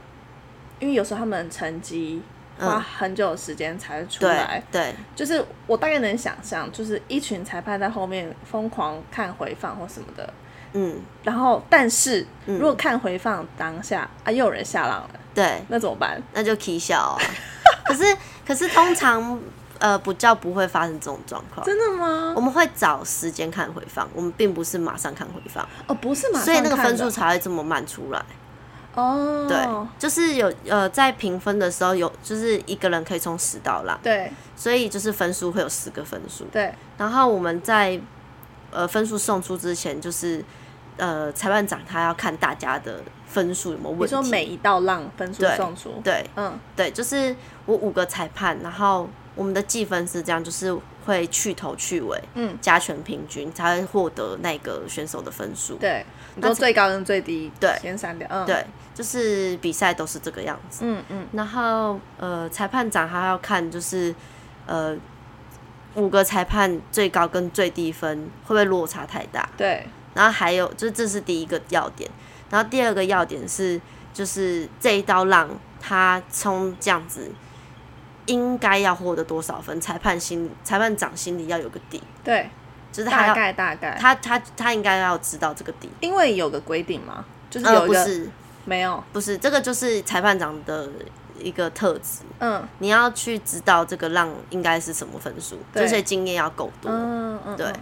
Speaker 1: 因为有时候他们成绩花
Speaker 2: 嗯，
Speaker 1: 很久的时间才出
Speaker 2: 对
Speaker 1: 来，
Speaker 2: 对
Speaker 1: 就是我大概能想象，就是一群裁判在后面疯狂看回放或什么的，
Speaker 2: 嗯
Speaker 1: 然后但是、
Speaker 2: 嗯
Speaker 1: 如果看回放当下啊又有人下浪了，
Speaker 2: 对，
Speaker 1: 那怎么办？
Speaker 2: 那就 k 笑啊。可是可是通常呃不叫不会发生这种状况。
Speaker 1: 真的吗
Speaker 2: 我？们会找时间看回放，我们并不是马上看回放，
Speaker 1: 哦，不是嘛，
Speaker 2: 所以那个分数才会这么慢出来。
Speaker 1: 哦，
Speaker 2: 对，就是有呃，在评分的时候有，就是一个人可以冲十道浪，
Speaker 1: 对
Speaker 2: 所以就是分数会有十个分数。
Speaker 1: 对，
Speaker 2: 然后我们在呃分数送出之前，就是呃裁判长他要看大家的分数有没有
Speaker 1: 你
Speaker 2: 问题。
Speaker 1: 说每一道浪分数
Speaker 2: 对
Speaker 1: 送出，
Speaker 2: 对
Speaker 1: 嗯，
Speaker 2: 对，就是我五个裁判，然后我们的计分是这样，就是会去头去尾，
Speaker 1: 嗯，
Speaker 2: 加权平均才会获得那个选手的分数。
Speaker 1: 对，你
Speaker 2: 那
Speaker 1: 说
Speaker 2: 这
Speaker 1: 最高跟最低
Speaker 2: 对
Speaker 1: 先删掉，嗯，
Speaker 2: 对，就是比赛都是这个样子。
Speaker 1: 嗯嗯，
Speaker 2: 然后呃，裁判长还要看就是呃五个裁判最高跟最低分会不会落差太大，
Speaker 1: 对，
Speaker 2: 然后还有就是这是第一个要点，然后第二个要点是就是这一道浪他冲这样子。应该要获得多少分？裁判心，裁判长心里要有个底，
Speaker 1: 对，
Speaker 2: 就是他
Speaker 1: 大
Speaker 2: 要
Speaker 1: 概大概，
Speaker 2: 他他他应该要知道这个底。
Speaker 1: 因为有个规定嘛，就是
Speaker 2: 呃，
Speaker 1: 有一
Speaker 2: 不
Speaker 1: 个、
Speaker 2: 是
Speaker 1: 没有，
Speaker 2: 不是，这个就是裁判长的一个特质。
Speaker 1: 嗯
Speaker 2: 你要去知道这个浪应该是什么分数，
Speaker 1: 对
Speaker 2: 这些经验要够多，
Speaker 1: 嗯嗯，
Speaker 2: 对
Speaker 1: 嗯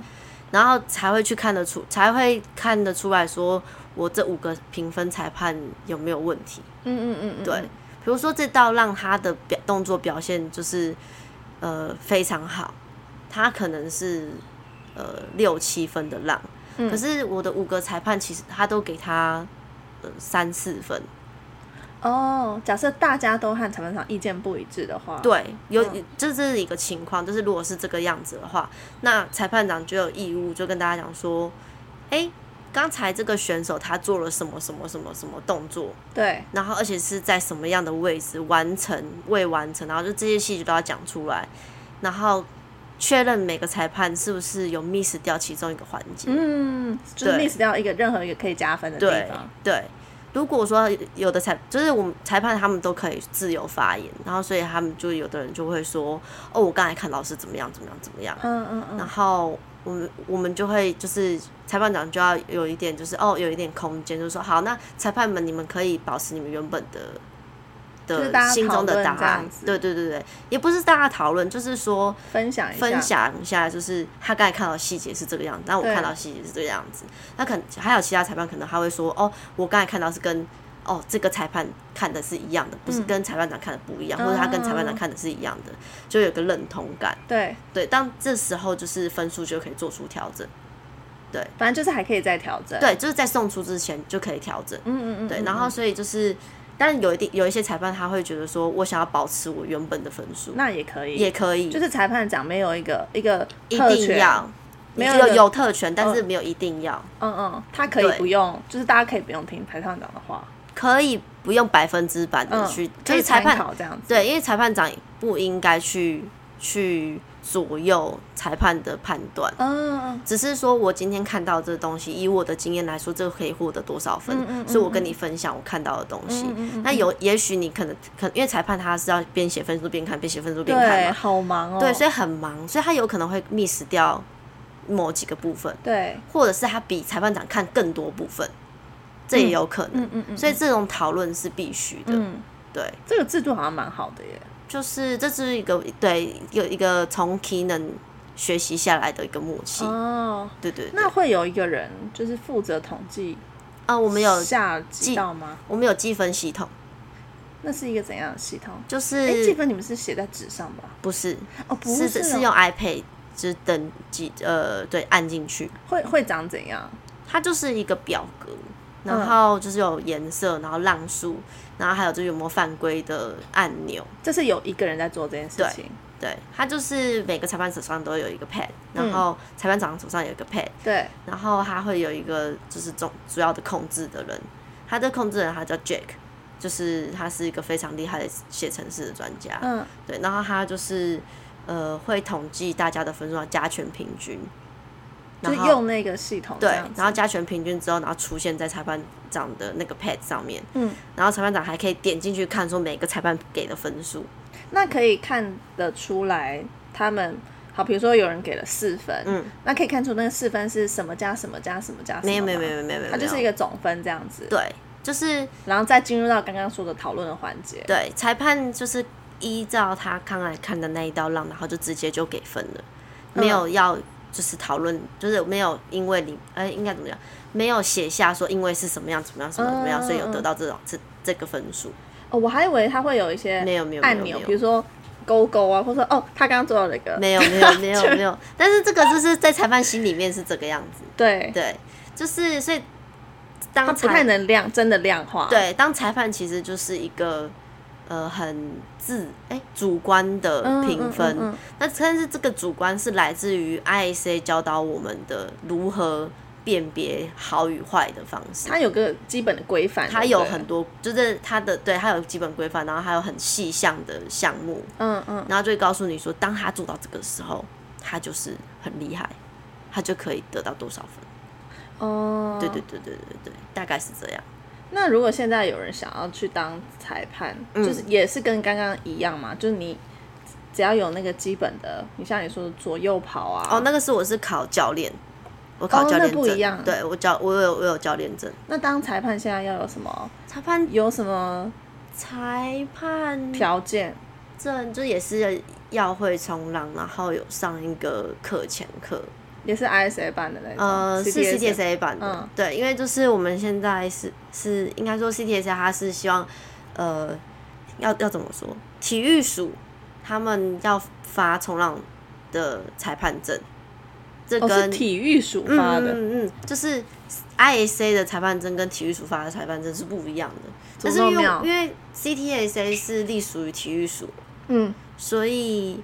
Speaker 2: 然后才会去看得出，才会看得出来说我这五个评分裁判有没有问题。
Speaker 1: 嗯嗯嗯，
Speaker 2: 对，比如说这道浪他的表动作表现就是呃非常好，他可能是呃六七分的浪，
Speaker 1: 嗯
Speaker 2: 可是我的五个裁判其实他都给他呃三四分，
Speaker 1: 嗯哦，假设大家都和裁判长意见不一致的话，，
Speaker 2: 对，有
Speaker 1: 嗯
Speaker 2: 这这是一个情况，就是如果是这个样子的话，那裁判长就有义务就跟大家讲说，哎、刚才这个选手他做了什么什么什么什么动作，
Speaker 1: 对
Speaker 2: 然后而且是在什么样的位置完成未完成，然后就这些细节都要讲出来，然后确认每个裁判是不是有 miss 掉其中一个环节。
Speaker 1: 嗯，就是
Speaker 2: 对
Speaker 1: miss 掉一个任何一个可以加分的
Speaker 2: 对
Speaker 1: 地方，
Speaker 2: 对，如果说有的裁就是我们裁判他们都可以自由发言，然后所以他们就有的人就会说，哦，我刚才看到是怎么样怎么样怎么样，
Speaker 1: 嗯嗯嗯
Speaker 2: 然，后我们我们就会就是裁判长就要有一点就是哦有一点空间，就是说好，那裁判们你们可以保持你们原本的。
Speaker 1: 就是大
Speaker 2: 的
Speaker 1: 家
Speaker 2: 心中的答
Speaker 1: 讨论这
Speaker 2: 案
Speaker 1: 样子，
Speaker 2: 对对对对，也不是大家讨论，就是说
Speaker 1: 分享一下，
Speaker 2: 分享一下，就是他刚才看到细节是这个样子，但我
Speaker 1: 对
Speaker 2: 看到细节是这个样子。那可能还有其他裁判可能他会说，哦，我刚才看到是跟哦这个裁判看的是一样的，不是
Speaker 1: 嗯
Speaker 2: 跟裁判长看的不一样，
Speaker 1: 嗯
Speaker 2: 或者他跟裁判长看的是一样的，就有个认同感。
Speaker 1: 对，
Speaker 2: 对，但这时候就是分数就可以做出调整。
Speaker 1: 反正就是还可以再调整，，
Speaker 2: 对，就是在送出之前就可以调整。
Speaker 1: 嗯嗯嗯，
Speaker 2: 对，
Speaker 1: 嗯
Speaker 2: 然后所以就是，但有一定有一些裁判他会觉得说我想要保持我原本的分数，
Speaker 1: 那也可以，
Speaker 2: 也可以，
Speaker 1: 就是裁判长没有一个一个
Speaker 2: 一
Speaker 1: 特
Speaker 2: 定
Speaker 1: 权，
Speaker 2: 要。
Speaker 1: 没有
Speaker 2: 有
Speaker 1: 一个
Speaker 2: 有特权，但是没有一定要。
Speaker 1: 嗯嗯，他可以
Speaker 2: 对
Speaker 1: 不用，就是大家可以不用听裁判长的话，
Speaker 2: 可以不用百分之百的
Speaker 1: 嗯
Speaker 2: 去，，
Speaker 1: 可
Speaker 2: 就
Speaker 1: 以
Speaker 2: 是裁
Speaker 1: 参
Speaker 2: 判
Speaker 1: 考这样子，
Speaker 2: 对，因为裁判长不应该去去左右裁判的判断。
Speaker 1: 嗯，
Speaker 2: 只是说我今天看到这东西，以我的经验来说，这个可以获得多少分，
Speaker 1: 嗯嗯嗯
Speaker 2: 所以我跟你分享我看到的东西。
Speaker 1: 嗯嗯嗯
Speaker 2: 那有，也许你可能可能因为裁判他是要边写分数边看，边写分数边看
Speaker 1: 对，
Speaker 2: 嘛，
Speaker 1: 好忙哦。
Speaker 2: 对，所以很忙，所以他有可能会 miss 掉某几个部分，
Speaker 1: 对，
Speaker 2: 或者是他比裁判长看更多部分，这也有可能。
Speaker 1: 嗯嗯嗯，
Speaker 2: 所以这种讨论是必须的，
Speaker 1: 嗯，
Speaker 2: 对，
Speaker 1: 这个制度好像蛮好的耶。
Speaker 2: 就是这是一个对有一个从 key 能学习下来的一个默契，
Speaker 1: 哦，
Speaker 2: 对对对。
Speaker 1: 那会有一个人就是负责统计，
Speaker 2: 啊，我们有
Speaker 1: 下
Speaker 2: 记
Speaker 1: 几道吗？
Speaker 2: 我们有积分系统，
Speaker 1: 那是一个怎样的系统？
Speaker 2: 就
Speaker 1: 哎，记
Speaker 2: 是
Speaker 1: 分你们是写在纸上吧？
Speaker 2: 不是
Speaker 1: 哦，不
Speaker 2: 是
Speaker 1: 是哦
Speaker 2: 是用 iPad 就是登记呃对按进去，
Speaker 1: 会会长怎样？
Speaker 2: 它就是一个表格，
Speaker 1: 嗯
Speaker 2: 然后就是有颜色，然后浪数，然后还有就是有没有犯规的按钮。
Speaker 1: 就是有一个人在做这件事
Speaker 2: 对
Speaker 1: 情。
Speaker 2: 对，它就是每个裁判手上都有一个 pad，
Speaker 1: 嗯
Speaker 2: 然后裁判长手上有一个 pad，
Speaker 1: 对，
Speaker 2: 然后他会有一个就是总主要的控制的人，他的控制人他叫 Jack，就是他是一个非常厉害的写程式的专家。
Speaker 1: 嗯，
Speaker 2: 对，然后他就是呃会统计大家的分数，然后加权平均，
Speaker 1: 就
Speaker 2: 然
Speaker 1: 是
Speaker 2: 后
Speaker 1: 用那个系统这
Speaker 2: 对
Speaker 1: 样，子。
Speaker 2: 然后加权平均之后，然后出现在裁判长的那个 pad 上面，
Speaker 1: 嗯，
Speaker 2: 然后裁判长还可以点进去看说每个裁判给的分数，
Speaker 1: 那可以看得出来他们。好，比如说有人给了四分，
Speaker 2: 嗯，
Speaker 1: 那可以看出那个四分是什么加什么加什么加什么吗。
Speaker 2: 没有没有没有没有没有，
Speaker 1: 它啊就是一个总分这样子。，
Speaker 2: 对，就是
Speaker 1: 然后再进入到刚刚说的讨论的环节。
Speaker 2: 对裁判就是依照他刚才看的那一道浪，然后就直接就给分了，没有
Speaker 1: 嗯
Speaker 2: 要。就是讨论，就是没有因为你，呃，应该怎么讲？没有写下说因为是什么样，怎么样，什么样怎么样，所以有
Speaker 1: 嗯
Speaker 2: 得到这种这这个分数。
Speaker 1: 哦，我还以为它会有一些
Speaker 2: 没有没有没有
Speaker 1: 按钮
Speaker 2: 没，有
Speaker 1: 比如说勾勾啊，或者说哦，他刚刚做到了一个
Speaker 2: 没有没有没有没有， 但是这个就是在裁判心里面是这个样子，
Speaker 1: 对，
Speaker 2: 对，就是所以
Speaker 1: 它
Speaker 2: 当
Speaker 1: 不太
Speaker 2: 裁
Speaker 1: 能量真的量化。，
Speaker 2: 对当裁判其实就是一个呃很自哎、主观的
Speaker 1: 嗯
Speaker 2: 评分，
Speaker 1: 嗯嗯嗯
Speaker 2: 那但是这个主观是来自于 ISA 教导我们的如何辨别好与坏的方式。
Speaker 1: 它有个基本的规范，
Speaker 2: 它
Speaker 1: 对不
Speaker 2: 有
Speaker 1: 对
Speaker 2: 很多，就是它的对，它有基本规范，然后还有很细项的项目，
Speaker 1: 嗯嗯，
Speaker 2: 然后就会告诉你说，当他做到这个时候，他就是很厉害，他就可以得到多少分。
Speaker 1: 哦，
Speaker 2: 对对。对对对对，大概是这样。
Speaker 1: 那如果现在有人想要去当裁判，
Speaker 2: 嗯
Speaker 1: 就是也是跟刚刚一样嘛，就是你只要有那个基本的，你像你说的左右跑啊，
Speaker 2: 哦，那个是我是考教练，我
Speaker 1: 哦
Speaker 2: 考教
Speaker 1: 那
Speaker 2: 练证，
Speaker 1: 不一样
Speaker 2: 对我教我有我有教练证，
Speaker 1: 那当裁判现在要有什么
Speaker 2: 裁判
Speaker 1: 有什么
Speaker 2: 裁判
Speaker 1: 条件？
Speaker 2: 证就也是要会冲浪，然后有上一个课前课，
Speaker 1: 也是 ISA 办的那种，
Speaker 2: 呃，是
Speaker 1: CTSA
Speaker 2: CTSA 版的，
Speaker 1: 嗯
Speaker 2: 对，因为就是我们现在是是应该说 CTSA 它是希望，呃，要要怎么说？体育署他们要发冲浪的裁判证，这
Speaker 1: 哦，
Speaker 2: 跟、
Speaker 1: 是体育署
Speaker 2: 嗯
Speaker 1: 发的，
Speaker 2: 嗯嗯，就是 ISA 的裁判证跟体育署发的裁判证是不一样的，
Speaker 1: 怎
Speaker 2: 但
Speaker 1: 么那么
Speaker 2: 是因为
Speaker 1: 妙
Speaker 2: 因为 CTSA 是隶属于体育署，
Speaker 1: 嗯
Speaker 2: 所以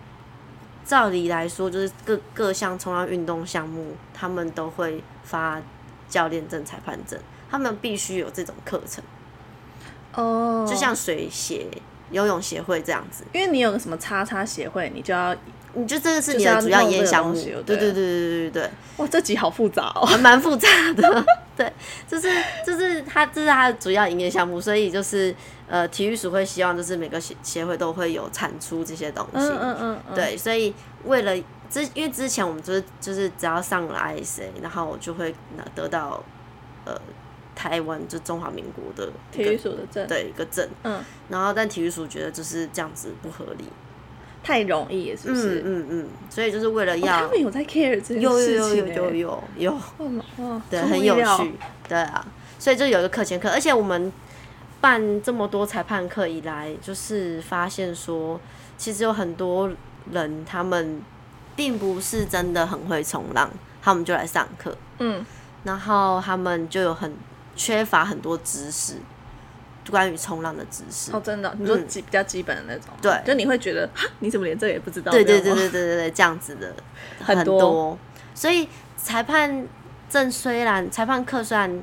Speaker 2: 照理来说，就是各各项冲浪运动项目，他们都会发教练证、裁判证，他们必须有这种课程，
Speaker 1: 哦，
Speaker 2: 就像水协、游泳协会这样子。
Speaker 1: 因为你有个什么叉叉协会，你就要
Speaker 2: 你就这个是
Speaker 1: 就是
Speaker 2: 你
Speaker 1: 要
Speaker 2: 的主要
Speaker 1: 弄这
Speaker 2: 研
Speaker 1: 个
Speaker 2: 项
Speaker 1: 东
Speaker 2: 目，
Speaker 1: 西就对
Speaker 2: 对对
Speaker 1: 了
Speaker 2: 对对对对对，
Speaker 1: 哇，这集好复杂 哦，
Speaker 2: 还蛮复杂的。对，就是就是它这是它的主要营业项目，所以就是呃，体育署会希望就是每个协协会都会有产出这些东西。
Speaker 1: 嗯嗯嗯嗯，，
Speaker 2: 对，所以为了之，因为之前我们就是就是只要上了 ISA，然后我就会拿得到呃台湾就中华民国的一
Speaker 1: 体
Speaker 2: 个
Speaker 1: 育署的证，，
Speaker 2: 对一个证，
Speaker 1: 嗯，
Speaker 2: 然后但体育署觉得就是这样子不合理，
Speaker 1: 太容易了，是不
Speaker 2: 嗯
Speaker 1: 是？
Speaker 2: 嗯嗯，所以就是为了
Speaker 1: 哦
Speaker 2: 要、
Speaker 1: 他们有在 care 这件
Speaker 2: 有
Speaker 1: 事
Speaker 2: 有
Speaker 1: 情、
Speaker 2: 有
Speaker 1: 欸，
Speaker 2: 有有有，
Speaker 1: 哇，哇
Speaker 2: 对，
Speaker 1: 出乎
Speaker 2: 很
Speaker 1: 意
Speaker 2: 有
Speaker 1: 料
Speaker 2: 趣，对啊，所以就有一个课前课，而且我们办这么多裁判课以来，就是发现说，其实有很多人他们并不是真的很会冲浪，他们就来上课，
Speaker 1: 嗯，
Speaker 2: 然后他们就有很缺乏很多知识，关于冲浪的知识。
Speaker 1: 哦，真的哦，你说
Speaker 2: 嗯
Speaker 1: 基比较基本的那种，
Speaker 2: 对
Speaker 1: 就你会觉得哈，你怎么连这个也不知道？
Speaker 2: 对对
Speaker 1: 这
Speaker 2: 对
Speaker 1: 样吗，
Speaker 2: 对对对对，这样子 的
Speaker 1: 很多
Speaker 2: 所以裁判证虽然裁判课虽然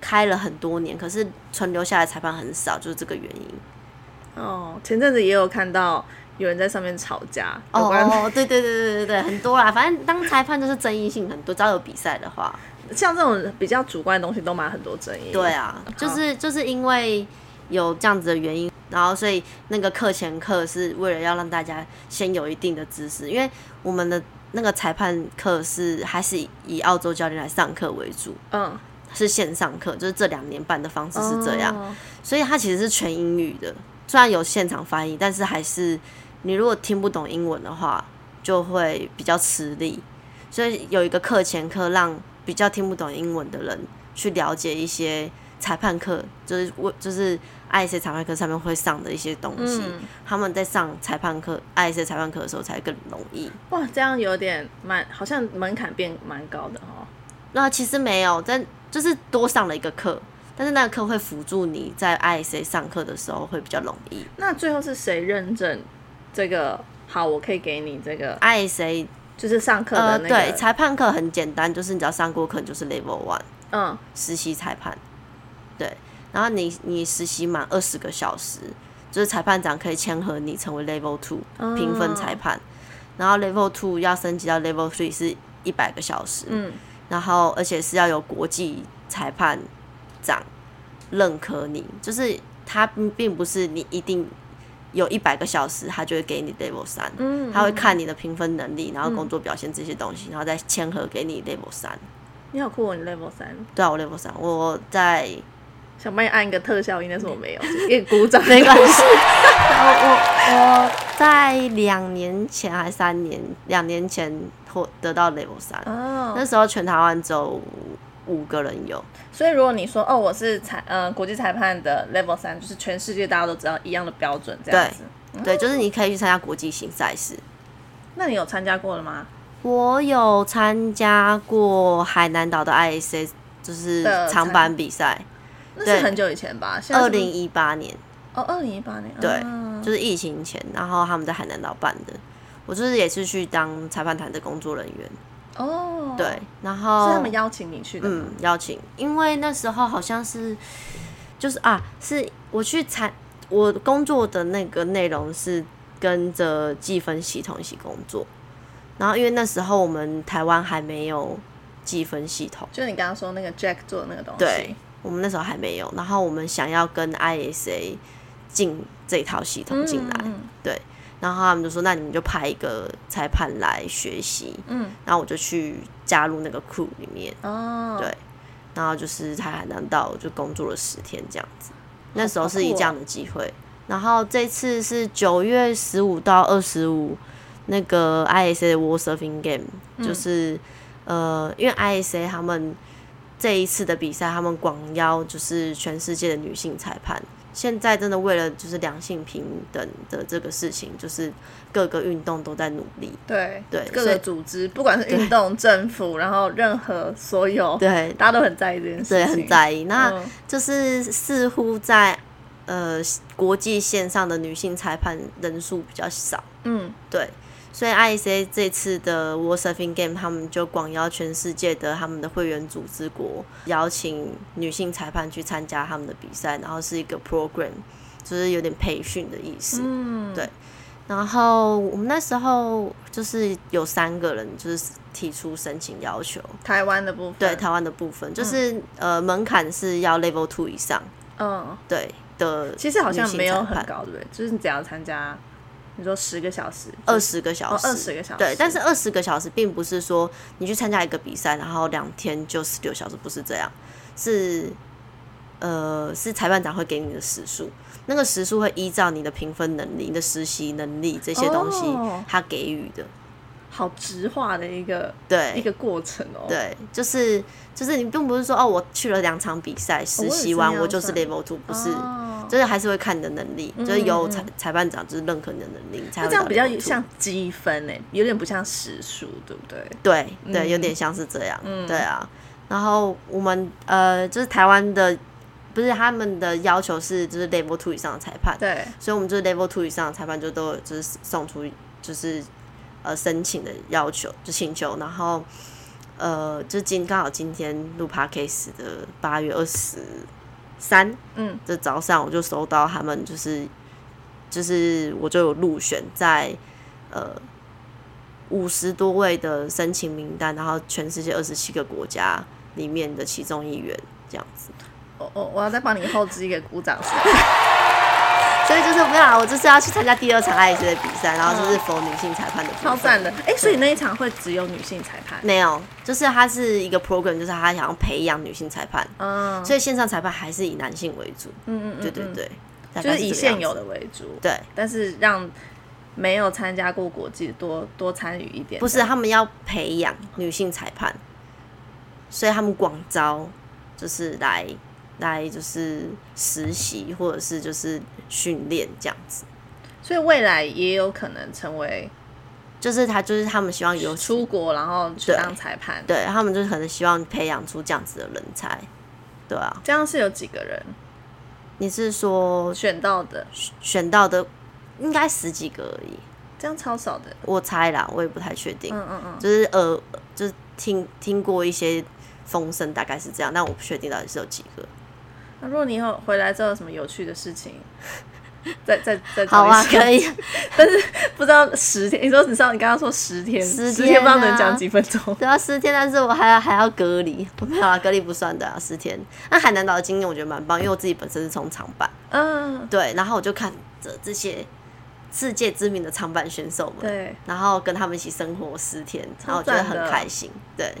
Speaker 2: 开了很多年，可是存留下来裁判很少，就是这个原因。
Speaker 1: 哦，前阵子也有看到有人在上面吵架，有
Speaker 2: 哦
Speaker 1: 关
Speaker 2: 哦，对对对对对对，很多啦，反正当裁判就是争议性很多，只要有比赛的话，
Speaker 1: 像这种比较主观的东西都蛮很多争议。
Speaker 2: 对，啊，就是就是因为有这样子的原因，然后所以那个课前课是为了要让大家先有一定的知识，因为我们的那个裁判课是还是以以澳洲教练来上课为主，
Speaker 1: 嗯，
Speaker 2: 是线上课，就是这两年半的方式是这样，
Speaker 1: 哦
Speaker 2: 所以它其实是全英语的，虽然有现场翻译，但是还是你如果听不懂英文的话，就会比较吃力。所以有一个课前课，让比较听不懂英文的人去了解一些裁判课，就是我就是 IC 裁判课上面会上的一些东西。
Speaker 1: 嗯
Speaker 2: 他们在上裁判课 IC 裁判课的时候才更容易。
Speaker 1: 哇，这样有点蛮，好像门槛变蛮高的哦。
Speaker 2: 那其实没有，但就是多上了一个课，但是那个课会辅助你在 IC 上课的时候会比较容易。
Speaker 1: 那最后是谁认证这个？好，我可以给你这个，
Speaker 2: IC
Speaker 1: 就是上课的那个，
Speaker 2: 呃、对，裁判课很简单，就是你只要上过课，你就是 Level One
Speaker 1: 嗯，
Speaker 2: 实习裁判。对，然后你你实习满二十个小时，就是裁判长可以签合你成为 Level Two
Speaker 1: 哦
Speaker 2: 评分裁判，然后 Level Two 要升级到 Level Three 是一百个小时，
Speaker 1: 嗯，
Speaker 2: 然后而且是要有国际裁判长认可你，就是他并并不是你一定有一百个小时，他就会给你 Level 三，
Speaker 1: 嗯
Speaker 2: 他会看你的评分能力，然后工作表现这些东西，然后再签合给你 Level 三。
Speaker 1: 你好酷、哦，你 level 三，
Speaker 2: 对啊，我 Level 三，我在。
Speaker 1: 想帮你按一个特效音，但是我没有， 给你鼓掌
Speaker 2: 没关系，我我我在两年前还三年，两年前获得到 Level 三，
Speaker 1: 哦，
Speaker 2: 那时候全台湾只有五五个人有，
Speaker 1: 所以如果你说哦，我是裁呃国际裁判的 level 三，就是全世界大家都知道一样的标准这样子。
Speaker 2: 对，就是你可以去参加国际型赛事。
Speaker 1: 那你有参加过了吗？
Speaker 2: 我有参加过海南岛的 IAC，就是
Speaker 1: 的
Speaker 2: 长板比赛，
Speaker 1: 那
Speaker 2: 对
Speaker 1: 是很久以前吧，现在
Speaker 2: 二
Speaker 1: 是不是
Speaker 2: 零一八年，
Speaker 1: 哦二零一八年，
Speaker 2: 对
Speaker 1: 啊
Speaker 2: 就是疫情前，然后他们在海南岛办的。我就是也是去当裁判团的工作人员，
Speaker 1: 哦，
Speaker 2: 对，然
Speaker 1: 是
Speaker 2: 后
Speaker 1: 他们邀请你去的吗，
Speaker 2: 嗯邀请，因为那时候好像是就是啊，是我去裁我工作的那个内容是跟着计分系统一起工作，然后因为那时候我们台湾还没有计分系统。
Speaker 1: 就是你刚刚说那个 Jack 做的那个东西，
Speaker 2: 对，我们那时候还没有。然后我们想要跟 ISA 进这一套系统
Speaker 1: 嗯
Speaker 2: 进来，
Speaker 1: 嗯
Speaker 2: 对。然后他们就说：“那你们就派一个裁判来学习。
Speaker 1: 嗯”
Speaker 2: 然后我就去加入那个 crew 里面，
Speaker 1: 哦，
Speaker 2: 对然后就是在海南岛就工作了十天这样子。那时候
Speaker 1: 好
Speaker 2: 是以
Speaker 1: 酷哦
Speaker 2: 这样的机会。然后这次是九月十五到二十五，那个 ISA 的 World Surfing Game，、就是
Speaker 1: 嗯
Speaker 2: 呃，因为 ISA 他们这一次的比赛，他们广邀就是全世界的女性裁判。现在真的为了就是两性平等的这个事情，就是各个运动都在努力。
Speaker 1: 对
Speaker 2: 对
Speaker 1: 各
Speaker 2: 所以
Speaker 1: 个组织，不管是运动、政府，然后任何所有，
Speaker 2: 对，
Speaker 1: 大家都很在意这件事情，
Speaker 2: 对，很在意。那、
Speaker 1: 嗯
Speaker 2: 就是似乎在呃国际线上的女性裁判人数比较少，
Speaker 1: 嗯，
Speaker 2: 对，所以 ISA 这次的 World Surfing Game 他们就广邀全世界的他们的会员组织国，邀请女性裁判去参加他们的比赛，然后是一个 program，就是有点培训的意思，
Speaker 1: 嗯
Speaker 2: 对然后我们那时候就是有三个人就是提出申请要求，
Speaker 1: 台湾的部分，
Speaker 2: 对台湾的部分就是、呃门槛是要 Level Two 以上。
Speaker 1: 嗯，
Speaker 2: 对的，
Speaker 1: 其实好像没有很高，对不对？就是你只要参加，你说十个小时，
Speaker 2: 二
Speaker 1: 就是
Speaker 2: 十个小时，
Speaker 1: 哦20个小时
Speaker 2: 对，但是二十个小时并不是说你去参加一个比赛，然后两天就十六小时，不是这样，是呃是裁判长会给你的时数，那个时数会依照你的评分能力、你的实习能力这些东西
Speaker 1: 哦，
Speaker 2: 他给予的，
Speaker 1: 好直化的一个
Speaker 2: 对，
Speaker 1: 一个过程哦。，
Speaker 2: 哎对，就是就是你并不是说哦，我去了两场比
Speaker 1: 哦
Speaker 2: 赛，实习完我就是
Speaker 1: 这样
Speaker 2: level two，不是。
Speaker 1: 哦
Speaker 2: 就是还是会看你的能力，
Speaker 1: 嗯
Speaker 2: 就是由
Speaker 1: 嗯
Speaker 2: 裁裁判长就是认可你的能力，你才
Speaker 1: 那
Speaker 2: 会
Speaker 1: 这样
Speaker 2: 到
Speaker 1: 比较
Speaker 2: level two
Speaker 1: 像积分诶，有点不像时数，对不对？
Speaker 2: 对对，
Speaker 1: 嗯
Speaker 2: 有点像是这样，
Speaker 1: 嗯
Speaker 2: 对啊。然后我们呃，就是台湾的，不是他们的要求是就是 level two 以上的裁判，
Speaker 1: 对，
Speaker 2: 所以我们就是 level two 以上的裁判就都有就是送出就是呃申请的要求就请求，然后呃，就今刚好今天录 podcast 的八月二十三
Speaker 1: 嗯
Speaker 2: 这早上我就收到他们就是就是我就有入选在呃五十多位的申请名单，然后全世界二十七个国家里面的其中一员这样子。
Speaker 1: 我我我要再帮你后置一个鼓掌声。
Speaker 2: 所以就是没有啦，啊我就是要去参加第二场爱学的比赛，然后就是否女性裁判的部分
Speaker 1: 嗯超赞的，哎、所以那一场会只有女性裁判，
Speaker 2: 没有，就是它是一个 program，就是他想要培养女性裁判，
Speaker 1: 嗯，
Speaker 2: 所以线上裁判还是以男性为主。
Speaker 1: 嗯嗯嗯，
Speaker 2: 对对对，大
Speaker 1: 就
Speaker 2: 概
Speaker 1: 是
Speaker 2: 是
Speaker 1: 以
Speaker 2: 这个样
Speaker 1: 现有
Speaker 2: 子
Speaker 1: 的为主，
Speaker 2: 对，
Speaker 1: 但是让没有参加过国际的多多参与一点，
Speaker 2: 不是他们要培养女性裁判，所以他们广招就是来来就是实习或者是就是训练这样子，
Speaker 1: 所以未来也有可能成为
Speaker 2: 就是他就是他们希望有
Speaker 1: 出国，然后去
Speaker 2: 对
Speaker 1: 当裁判，
Speaker 2: 对他们就是可能希望培养出这样子的人才，对啊，
Speaker 1: 这样是有几个人
Speaker 2: 你是说
Speaker 1: 选到的，
Speaker 2: 选到的应该十几个而已，
Speaker 1: 这样超少的，
Speaker 2: 我猜啦，我也不太确定，
Speaker 1: 嗯嗯嗯，
Speaker 2: 就是呃就是听听过一些风声大概是这样，但我不确定到底是有几个。
Speaker 1: 那如果你以后回来之后有什么有趣的事情， 再再再
Speaker 2: 好 啊，
Speaker 1: 找一些
Speaker 2: 可以。
Speaker 1: 不知道十天，你说你知道你刚刚说十天，
Speaker 2: 十
Speaker 1: 十
Speaker 2: 天
Speaker 1: 不知道能
Speaker 2: 啊
Speaker 1: 讲几分钟。
Speaker 2: 对啊，十天，但是我还要还要隔离，我没有啊，隔离不算的啊，十天。那海南岛的经验我觉得蛮棒，因为我自己本身是从长板，
Speaker 1: 嗯，
Speaker 2: 对，然后我就看着这些世界知名的长板选手们，
Speaker 1: 对，
Speaker 2: 然后跟他们一起生活十天，然后我觉
Speaker 1: 超
Speaker 2: 得
Speaker 1: 赞的
Speaker 2: 很开心，对，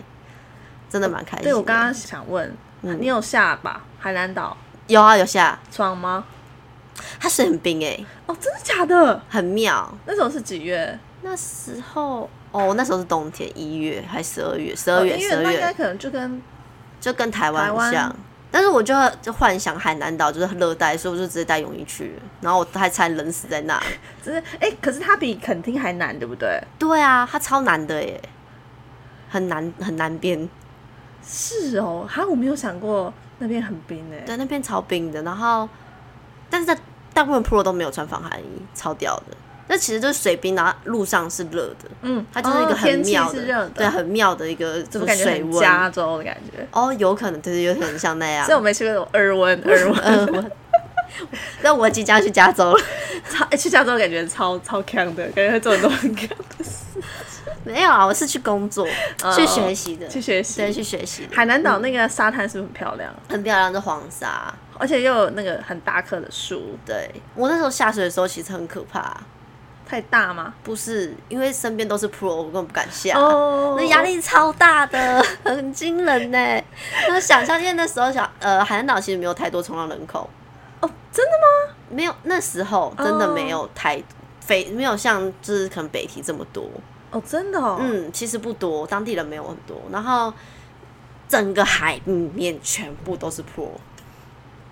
Speaker 2: 真的蛮开心的。
Speaker 1: 对我刚刚想问，
Speaker 2: 嗯
Speaker 1: 你有下吧海南岛
Speaker 2: 有啊有下，
Speaker 1: 爽吗？
Speaker 2: 它水很冰哎、
Speaker 1: 哦，真的假的？
Speaker 2: 很妙。
Speaker 1: 那时候是几月？
Speaker 2: 那时候哦，那时候是冬天，一月还十二月，十二
Speaker 1: 哦
Speaker 2: 月
Speaker 1: 一
Speaker 2: 十二
Speaker 1: 那
Speaker 2: 月
Speaker 1: 应该可能就跟
Speaker 2: 就跟台湾
Speaker 1: 台
Speaker 2: 很
Speaker 1: 湾
Speaker 2: 像。但是我就就幻想海南岛就是热带，所以我就直接带泳衣去了，然后我还差点冷死在那。
Speaker 1: 只是哎、可是它比垦丁还难，对不对？
Speaker 2: 对啊，它超难的耶，很难很难边，
Speaker 1: 是哦，哈，我没有想过那边很冰欸诶、
Speaker 2: 对，那边超冰的。然后，但是在大部分 pro 都没有穿防寒衣，超屌的。那其实就是水冰，然后路上是热的，
Speaker 1: 嗯，
Speaker 2: 它就是一个
Speaker 1: 哦
Speaker 2: 很
Speaker 1: 天气
Speaker 2: 妙
Speaker 1: 是
Speaker 2: 的，
Speaker 1: 热的，
Speaker 2: 对，很妙的一个
Speaker 1: 怎
Speaker 2: 就
Speaker 1: 么
Speaker 2: 是
Speaker 1: 感觉
Speaker 2: 水
Speaker 1: 很
Speaker 2: 温。
Speaker 1: 加州的感觉？
Speaker 2: 哦，有可能，对对，有可能像那样
Speaker 1: 所以。我没去过耳温，耳温，
Speaker 2: 嗯，我 那我即将去加州了。
Speaker 1: 超、哎去加州感觉超超强的，感觉会做很多很强的事。
Speaker 2: 没有啊，我是去 工作、
Speaker 1: 哦
Speaker 2: 去学习的，
Speaker 1: 去学习
Speaker 2: 对，去学习的。
Speaker 1: 海南岛那个沙滩是不是很漂亮？
Speaker 2: 很漂亮的黄沙，
Speaker 1: 而且又有那个很大棵的树，
Speaker 2: 对我那时候下水的时候其实很可怕，
Speaker 1: 太大吗？
Speaker 2: 不是因为身边都是 pro，我根本不敢下。
Speaker 1: 哦
Speaker 2: 那压力超大的， 很惊人呢、那想象，因为那时候小呃海南岛其实没有太多冲浪人口，
Speaker 1: 哦，真的吗？
Speaker 2: 没有那时候真
Speaker 1: 哦
Speaker 2: 的没有太非没有像就是可能北提这么多，
Speaker 1: 哦，真的哦，
Speaker 2: 嗯，其实不多，当地人没有很多，然后整个海里面全部都是坡，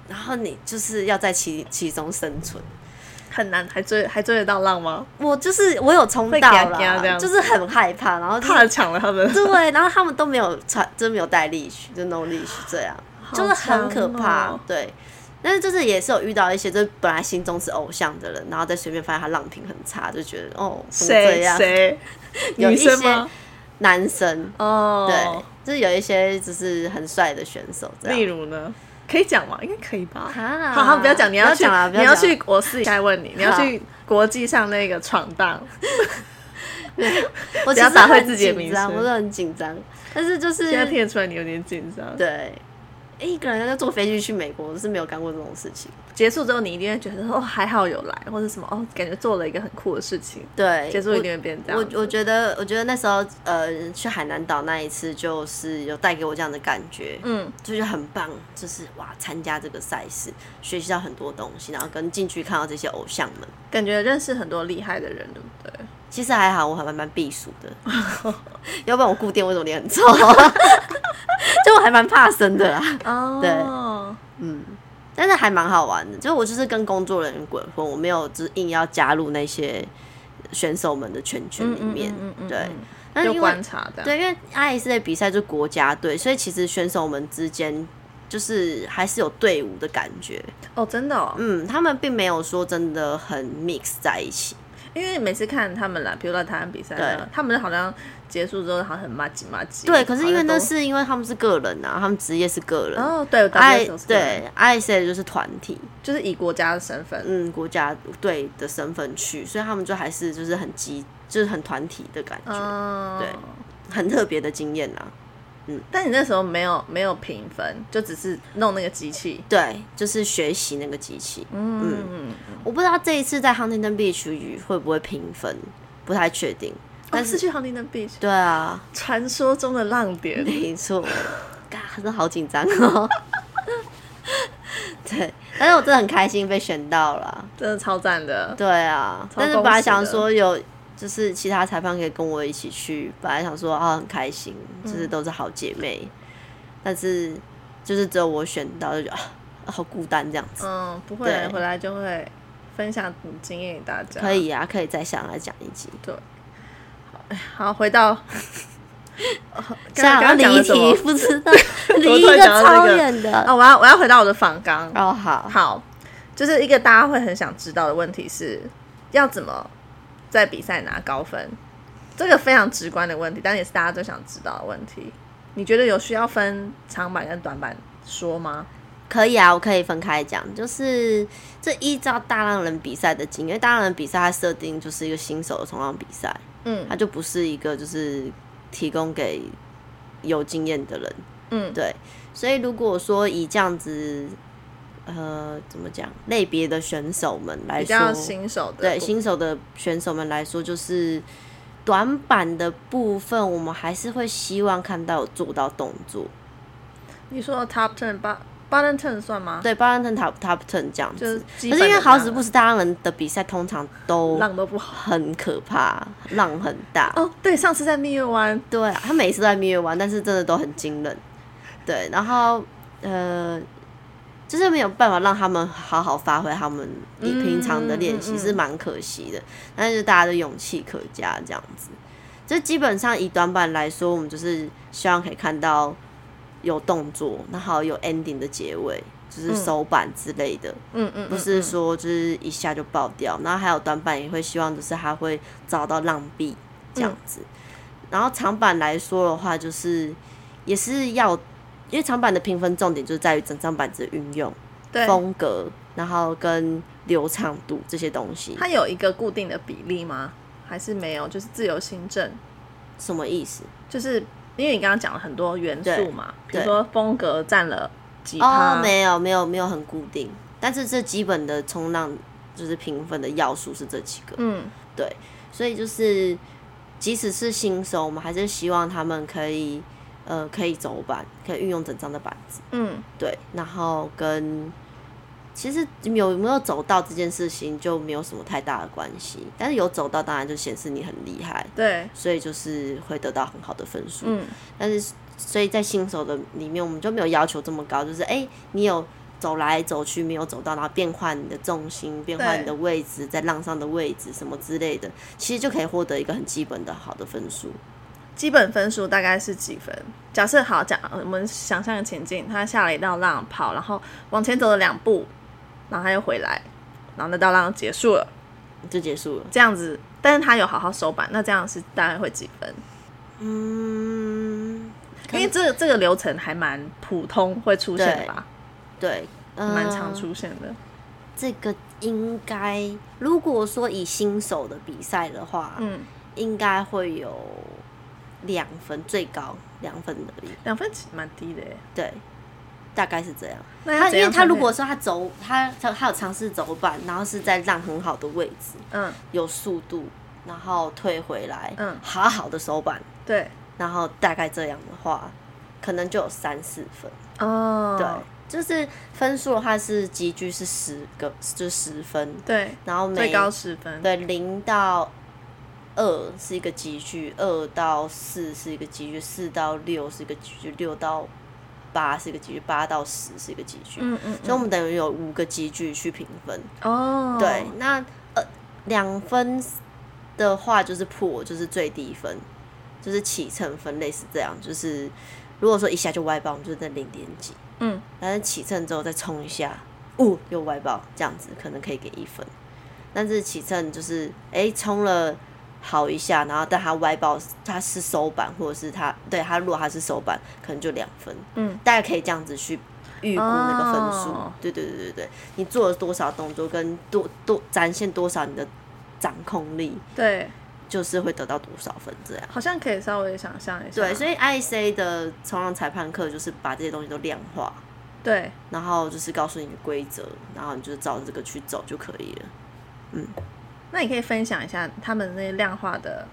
Speaker 2: 然后你就是要在其其中生存。
Speaker 1: 很难，还追还追得到浪吗？
Speaker 2: 我就是我有冲
Speaker 1: 会
Speaker 2: 到
Speaker 1: 怕怕这
Speaker 2: 啦，
Speaker 1: 样子
Speaker 2: 就是很害怕，然后就是
Speaker 1: 怕抢了他们，
Speaker 2: 对，然后他们都没有穿，就是没有带 leash，就 no leash 这样，就是很可怕
Speaker 1: 好强哦。
Speaker 2: 对，但是就是也是有遇到一些，就是本来心中是偶像的人，然后在随便发现他浪品很差，就觉得哦，怎么这
Speaker 1: 谁
Speaker 2: 样？
Speaker 1: 谁
Speaker 2: 有
Speaker 1: 女
Speaker 2: 一些
Speaker 1: 生吗？
Speaker 2: 男生对
Speaker 1: 哦，，
Speaker 2: 就是有一些就是很帅的选手这
Speaker 1: 例
Speaker 2: 样。
Speaker 1: 如呢，可以讲吗？应该可以吧。
Speaker 2: 啊
Speaker 1: 好好，不要讲，你
Speaker 2: 不要
Speaker 1: 去，
Speaker 2: 讲啦不要
Speaker 1: 你要
Speaker 2: 讲
Speaker 1: 去，我私底下问你，你要去国际上那个闯荡，
Speaker 2: 我
Speaker 1: 不
Speaker 2: 其
Speaker 1: 要
Speaker 2: 实
Speaker 1: 打坏
Speaker 2: 很
Speaker 1: 自己的
Speaker 2: 紧
Speaker 1: 名
Speaker 2: 张
Speaker 1: 声
Speaker 2: 我都很紧张，但是就是
Speaker 1: 现在听得出来你有点紧张。
Speaker 2: 对。一个人要坐飞机去美国，我是没有干过这种事情。
Speaker 1: 结束之后，你一定会觉得哦，还好有来，或者什么哦，感觉做了一个很酷的事情。
Speaker 2: 对，
Speaker 1: 结束
Speaker 2: 我
Speaker 1: 一定会变这样
Speaker 2: 我
Speaker 1: 子。
Speaker 2: 我觉得，我觉得那时候呃去海南岛那一次，就是有带给我这样的感觉，
Speaker 1: 嗯，
Speaker 2: 就是很棒，就是哇，参加这个赛事，学习到很多东西，然后跟进去看到这些偶像们。
Speaker 1: 感觉认识很多厉害的人，对不对？
Speaker 2: 其实还好，我还蛮蛮避暑的， 要不然我固定为什么脸很臭？ 就我还蛮怕生的啦，
Speaker 1: 哦，
Speaker 2: 但是还蛮好玩的。就我就是跟工作人员鬼混，我没有就是硬要加入那些选手们的圈圈里面。
Speaker 1: 嗯嗯嗯嗯嗯
Speaker 2: 对
Speaker 1: 嗯，
Speaker 2: 但是
Speaker 1: 就
Speaker 2: 因为
Speaker 1: 观察的。
Speaker 2: 对，因为 I S 的比赛就是国家队，所以其实选手们之间就是还是有队伍的感觉。嗯
Speaker 1: 哦，真的哦，
Speaker 2: 嗯，他们并没有说真的很 mix 在一起。
Speaker 1: 因为每次看他们啦，比如说台湾比赛呢
Speaker 2: 对，
Speaker 1: 他们好像结束之后好像很麻吉麻吉。
Speaker 2: 对，可是因为
Speaker 1: 好
Speaker 2: 那
Speaker 1: 像
Speaker 2: 是因为他们是个人啊，他们职业是个
Speaker 1: 都
Speaker 2: 人。
Speaker 1: 哦，对，
Speaker 2: I
Speaker 1: 我 WSL 是个人，
Speaker 2: 哎对 I C 就是团体，
Speaker 1: 就是以国家的身份。
Speaker 2: 嗯，国家队的身份去，所以他们就还是就是很集，就是很团体的感觉，
Speaker 1: 嗯，
Speaker 2: 对。很特别的经验啦。啊
Speaker 1: 但你那时候没有没有评分，就只是弄那个机器。
Speaker 2: 对，就是学习那个机器。
Speaker 1: 嗯，
Speaker 2: 我不知道这一次在 Huntington Beach 会不会评分，不太确定。
Speaker 1: 但
Speaker 2: 但是
Speaker 1: 是去 Huntington Beach，
Speaker 2: 对啊，
Speaker 1: 传说中的浪点。
Speaker 2: 没错，嘎，真的好紧张哦。 对，但是我真的很开心被选到了。
Speaker 1: 真的超赞的。
Speaker 2: 对啊，
Speaker 1: 超
Speaker 2: 但是
Speaker 1: 恭
Speaker 2: 本来
Speaker 1: 喜
Speaker 2: 想
Speaker 1: 的
Speaker 2: 说有，就是其他裁判可以跟我一起去，本来想说啊很开心，
Speaker 1: 嗯
Speaker 2: 就是都是好姐妹，但是就是只有我选到，就觉得啊好孤单这样子。
Speaker 1: 嗯，不会
Speaker 2: 对，
Speaker 1: 回来就会分享你经验给大家。
Speaker 2: 可。以啊，可以再想来讲一集。
Speaker 1: 好，回 到。呃
Speaker 2: 虽然
Speaker 1: 刚刚讲
Speaker 2: 离
Speaker 1: 了什
Speaker 2: 题
Speaker 1: 么？
Speaker 2: 不知 道，
Speaker 1: 么
Speaker 2: 离一
Speaker 1: 突然
Speaker 2: 个
Speaker 1: 讲到
Speaker 2: 超
Speaker 1: 这个
Speaker 2: 远的。
Speaker 1: 哦，我要我要回到我的访纲。
Speaker 2: 哦，好，
Speaker 1: 好，就是一个大家会很想知道的问题是，要怎么在比赛拿高分？这个非常直观的问题，但也是大家都想知道的问题。你觉得有需要分长板跟短板说吗？
Speaker 2: 可以啊，我可以分开讲，就是这依照大浪人比赛的经验，因为大浪人比赛它设定就是一个新手的冲浪比赛，
Speaker 1: 嗯
Speaker 2: 它就不是一个就是提供给有经验的人，
Speaker 1: 嗯
Speaker 2: 对，所以如果说以这样子，呃，怎么讲类别的选手们来
Speaker 1: 比
Speaker 2: 说，
Speaker 1: 较新手的部分，
Speaker 2: 对新手的选手们来说，就是短板的部分，我们还是会希望看到有做到动作。
Speaker 1: 你说 top turn 八 bottom turn 算吗？，
Speaker 2: 对，巴伦特 top top ten 这样
Speaker 1: 就是
Speaker 2: 子。
Speaker 1: 基
Speaker 2: 可是
Speaker 1: 本
Speaker 2: 因
Speaker 1: 的
Speaker 2: 为好
Speaker 1: 那
Speaker 2: 死
Speaker 1: 样
Speaker 2: 不死，大人的比赛通常都
Speaker 1: 浪都不好。
Speaker 2: 很可怕，浪很大。
Speaker 1: 哦，对，上次在蜜月湾，
Speaker 2: 对啊，他每次都在蜜月湾，但是真的都很惊人。对，然后呃，就是没有办法让他们好好发挥他们以平常的练习，
Speaker 1: 嗯嗯嗯
Speaker 2: 是蛮可惜的。但是大家的勇气可嘉，这样子。就基本上以短板来说，我们就是希望可以看到有动作，然后有 ending 的结尾，就是手板之类的。
Speaker 1: 嗯嗯，
Speaker 2: 不是说就是一下就爆掉，然后还有短板也会希望就是它会找到浪壁
Speaker 1: 嗯
Speaker 2: 这样子。然后长板来说的话，就是也是要，因为长板的评分重点就是在于整张板子的运用、
Speaker 1: 对，
Speaker 2: 风格，然后跟流畅度这些东西。
Speaker 1: 它有一个固定的比例吗？还是没有？就是自由新政，
Speaker 2: 什么意思？
Speaker 1: 就是因为你刚刚讲了很多元素嘛，比
Speaker 2: 对
Speaker 1: 如说风格占了几
Speaker 2: 哦
Speaker 1: 趴，，
Speaker 2: 没有没有没有很固定，但是这基本的冲浪就是评分的要素是这几个。
Speaker 1: 嗯，
Speaker 2: 所以就是，即使是新手，我们还是希望他们可以，呃，可以走板，可以运用整张的板子，
Speaker 1: 嗯
Speaker 2: 对，然后跟其实有没有走到这件事情就没有什么太大的关系，但是有走到当然就显示你很厉害，
Speaker 1: 对，
Speaker 2: 所以就是会得到很好的分数。
Speaker 1: 嗯
Speaker 2: 但是所以在新手的里面，我们就没有要求这么高，就是哎、诶你有走来走去没有走到，然后变换你的重心，变换你的位置，在浪上的位置什么之类的，其实就可以获得一个很基本的好的分数。
Speaker 1: 基本分数大概是几分？假设好讲，我们想象的情境，他下了一道浪跑，然后往前走了两步，然后他又回来，然后那道浪结束了，
Speaker 2: 就结束了。
Speaker 1: 这样子。但是他有好好手板，那这样是大概会几分？
Speaker 2: 嗯，
Speaker 1: 因为这这个流程还蛮普通会出现的吧，
Speaker 2: 对，呃
Speaker 1: 蛮常出现的。
Speaker 2: 这个应该，如果说以新手的比赛的话，
Speaker 1: 嗯，
Speaker 2: 应该会有两分，最高两分而已。
Speaker 1: 两分其实蛮低的耶。
Speaker 2: 对，大概是这样。
Speaker 1: 那要
Speaker 2: 他
Speaker 1: 怎
Speaker 2: 因为
Speaker 1: 样
Speaker 2: 他
Speaker 1: 才
Speaker 2: 如
Speaker 1: 可以
Speaker 2: 果说他走，他他他有尝试走板，然后是在让很好的位置，
Speaker 1: 嗯
Speaker 2: 有速度，然后退回来，
Speaker 1: 嗯
Speaker 2: 好好的手板，
Speaker 1: 对
Speaker 2: 然后大概这样的话，可能就有三四分。
Speaker 1: 哦
Speaker 2: 对，就是分数的话是集聚是十个，就是十分，
Speaker 1: 对
Speaker 2: 然后每
Speaker 1: 最高十分。
Speaker 2: 对零到。二是一个集聚，二到四是一个集聚，四到六是一个集聚，六到八是一个集聚，八到十是一个集聚。
Speaker 1: 嗯嗯，
Speaker 2: 所以我们等于有五个集聚去评分。
Speaker 1: 哦
Speaker 2: 对，那呃两分的话就是破，就是最低分，就是起乘分，类似这样。就是如果说一下就歪爆，我们就是那零点几，
Speaker 1: 嗯，
Speaker 2: 但是起乘之后再冲一下，哦，又歪爆，这样子可能可以给一分。但是起秤就是哎冲了好一下，然后但他歪爆，他是手板或者是他对他如果他是手板，可能就两分，
Speaker 1: 嗯，
Speaker 2: 大家可以这样子去预估那个分数，
Speaker 1: 哦
Speaker 2: 对对对对对，你做了多少动作跟多多展现多少你的掌控力，
Speaker 1: 对，
Speaker 2: 就是会得到多少分这样。
Speaker 1: 好像可以稍微想象一下。
Speaker 2: 对，所
Speaker 1: 以
Speaker 2: 以 IC 的冲浪裁判课就是把这些东西都量化，
Speaker 1: 对，
Speaker 2: 然后就是告诉你规则，然后你就照这个去走就可以了。
Speaker 1: 那你可以分享一下他们那些量化的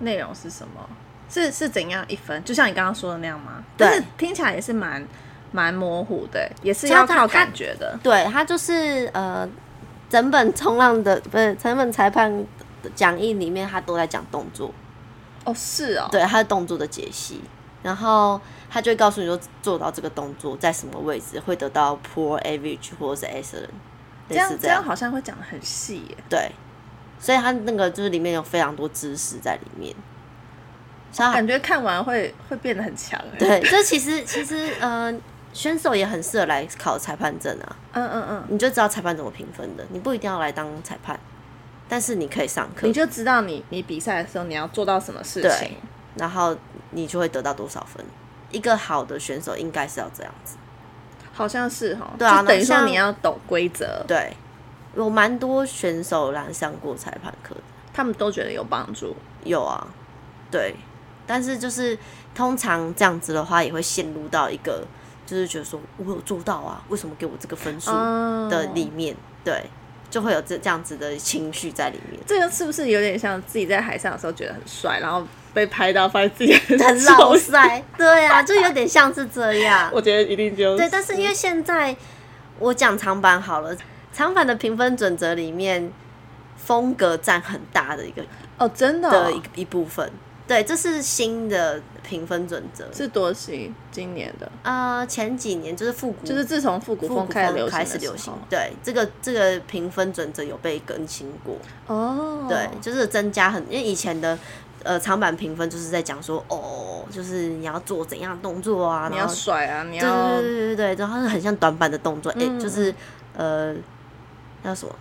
Speaker 1: 内容是什么？是是怎样一分？就像你刚刚说的那样吗？
Speaker 2: 对
Speaker 1: 但是听起来也是蛮蛮模糊的，也是
Speaker 2: 像
Speaker 1: 要
Speaker 2: 他
Speaker 1: 靠
Speaker 2: 他
Speaker 1: 感觉的。
Speaker 2: 对，它就是呃，整本冲浪的不是整本裁判的讲义里面，他都在讲动作，
Speaker 1: 哦，是哦，
Speaker 2: 对他的动作的解析，然后他就会告诉你说做到这个动作在什么位置会得到 poor average 或者是 excellent，
Speaker 1: 这
Speaker 2: 类
Speaker 1: 样
Speaker 2: 似
Speaker 1: 这
Speaker 2: 样
Speaker 1: 样。好像会讲的很细耶。
Speaker 2: 对，所以它那个就是里面有非常多知识在里面。所以它
Speaker 1: 感觉看完会会变得很强哎。
Speaker 2: 对，这其实其实呃，选手也很适合来考裁判证啊，
Speaker 1: 嗯嗯嗯，
Speaker 2: 你就知道裁判怎么评分的，你不一定要来当裁判，但是你可以上课
Speaker 1: 你，就知道你你比赛的时候你要做到什么事情
Speaker 2: 对。然后你就会得到多少分。一个好的选手应该是要这样子。
Speaker 1: 好像是哈，
Speaker 2: 对啊
Speaker 1: 就等于
Speaker 2: 那
Speaker 1: 说
Speaker 2: 像
Speaker 1: 你要懂规则，
Speaker 2: 对，有蛮多选手来上过裁判课的，
Speaker 1: 他们都觉得有帮助。
Speaker 2: 有啊，对，但是就是通常这样子的话，也会陷入到一个就是觉得说我有做到啊，为什么给我这个分数
Speaker 1: 哦
Speaker 2: 的里面？对，就会有这这样子的情绪在里面。
Speaker 1: 这个是不是有点像自己在海上的时候觉得很帅，然后被拍到发现自己很
Speaker 2: 很老
Speaker 1: 丑？
Speaker 2: 塞，对啊，就有点像是这样。
Speaker 1: 我觉得一定就是
Speaker 2: 对，但是因为现在我讲长板好了，长板的评分准则里面，风格占很大的一个
Speaker 1: 哦，真的哦、
Speaker 2: 的一一部分。对，这是新的评分准则。
Speaker 1: 是多西今年的，
Speaker 2: 呃，前几年就是复古，
Speaker 1: 就是自从复古
Speaker 2: 复古
Speaker 1: 风
Speaker 2: 开
Speaker 1: 始流
Speaker 2: 始
Speaker 1: 的时
Speaker 2: 流
Speaker 1: 候
Speaker 2: 行。对，这个这个评分准则有被更新过。
Speaker 1: 哦，
Speaker 2: 对，就是增加很，因为以前的呃长板评分就是在讲说，哦，就是你要做怎样的动作啊，
Speaker 1: 你
Speaker 2: 然
Speaker 1: 要
Speaker 2: 后
Speaker 1: 帅啊，你
Speaker 2: 对
Speaker 1: 要
Speaker 2: 对对对对，然后是很像短板的动作，哎、
Speaker 1: 嗯
Speaker 2: 就是呃。叫什么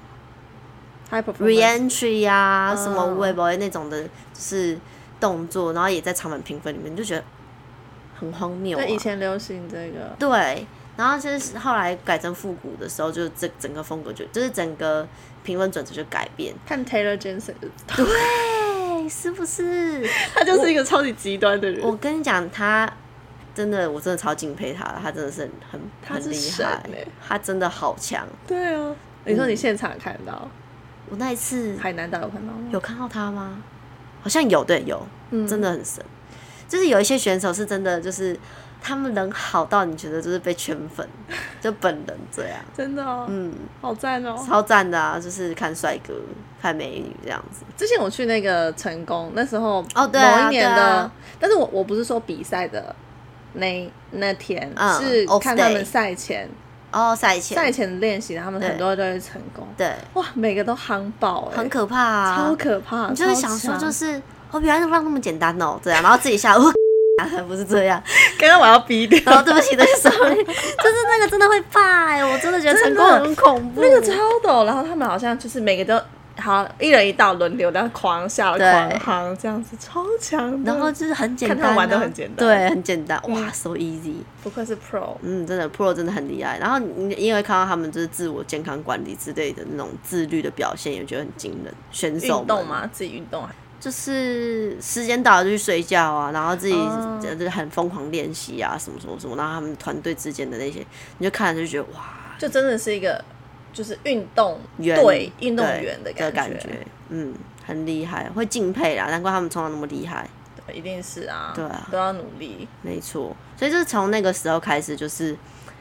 Speaker 1: high performance，
Speaker 2: reentry 呀、啊，什么
Speaker 1: 嗯
Speaker 2: w e b 那种的，就是动作，然后也在长板评分里面，你就觉得很荒谬、啊。
Speaker 1: 对以前流行这个，
Speaker 2: 对，然后就是后来改成复古的时候，就这整个风格就就是整个评分准则就改变。
Speaker 1: 看 Taylor Jensen，就知道
Speaker 2: 对，是不是？
Speaker 1: 他就是一个超级极端的人，
Speaker 2: 我跟你讲，他真的，我真的超敬佩他了，他真的是很
Speaker 1: 他
Speaker 2: 很
Speaker 1: 是
Speaker 2: 很厉
Speaker 1: 神
Speaker 2: 害
Speaker 1: 欸，
Speaker 2: 他真的好强。
Speaker 1: 对啊，你说你现场看到
Speaker 2: 我那一次
Speaker 1: 海南岛有看到吗？
Speaker 2: 有看到他吗？好像有，对，有，
Speaker 1: 嗯
Speaker 2: 真的很神。就是有一些选手是真的，就是他们人好到你觉得就是被圈 粉，就本人这样，
Speaker 1: 真的哦，
Speaker 2: 嗯。
Speaker 1: 好赞哦！
Speaker 2: 超赞的啊！就是看帅哥、看美女这样子。
Speaker 1: 之前我去那个成功，那时候
Speaker 2: 哦对啊
Speaker 1: 某一年的，
Speaker 2: 对啊
Speaker 1: 但是我我不是说比赛的那那天，
Speaker 2: 嗯
Speaker 1: 是
Speaker 2: off
Speaker 1: 看他
Speaker 2: day
Speaker 1: 们赛前
Speaker 2: 哦，赛前，
Speaker 1: 赛前的练习，他们
Speaker 2: 对
Speaker 1: 很多都会成功，
Speaker 2: 对，
Speaker 1: 哇，每个都夯爆、欸，
Speaker 2: 很可怕啊，
Speaker 1: 超可怕，
Speaker 2: 你就会
Speaker 1: 超
Speaker 2: 想说，
Speaker 1: 强
Speaker 2: 就是哦，原来让那么简单哦，这样，然后自己吓，我 不是这样，
Speaker 1: 刚刚我要逼掉，
Speaker 2: 然后对不起，对不起，sorry，就是 那个真的会怕哎、我真的觉得成
Speaker 1: 真的
Speaker 2: 功很恐怖，
Speaker 1: 那个超陡，然后他们好像就是每个都。好，一人一道轮流，然后狂下
Speaker 2: 对
Speaker 1: 狂夯，这样子超强的。
Speaker 2: 然后就是很简单、
Speaker 1: 嗯
Speaker 2: 啊，
Speaker 1: 看他们玩得很简单嗯
Speaker 2: 对，很简单，哇、s o easy，
Speaker 1: 不愧是 Pro，
Speaker 2: 嗯，真的 pro 真的很厉害。然后你因为看到他们就是自我健康管理之类的那种自律的表现，也觉得很惊人。选手
Speaker 1: 运
Speaker 2: 们
Speaker 1: 动嘛，自己运动啊，
Speaker 2: 就是时间到了就去睡觉啊，然后自己
Speaker 1: 哦
Speaker 2: 就是很疯狂练习啊，什么什么什么，然后他们团队之间的那些，你就看了就觉得哇，
Speaker 1: 就真的是一个就是运动
Speaker 2: 圆
Speaker 1: 对运动员
Speaker 2: 对
Speaker 1: 感
Speaker 2: 的感觉，嗯，很厉害，会敬佩啦，难怪他们冲浪那么厉害，
Speaker 1: 一定是啊，
Speaker 2: 对啊
Speaker 1: 都要努力。
Speaker 2: 没错。所以就是从那个时候开始，就是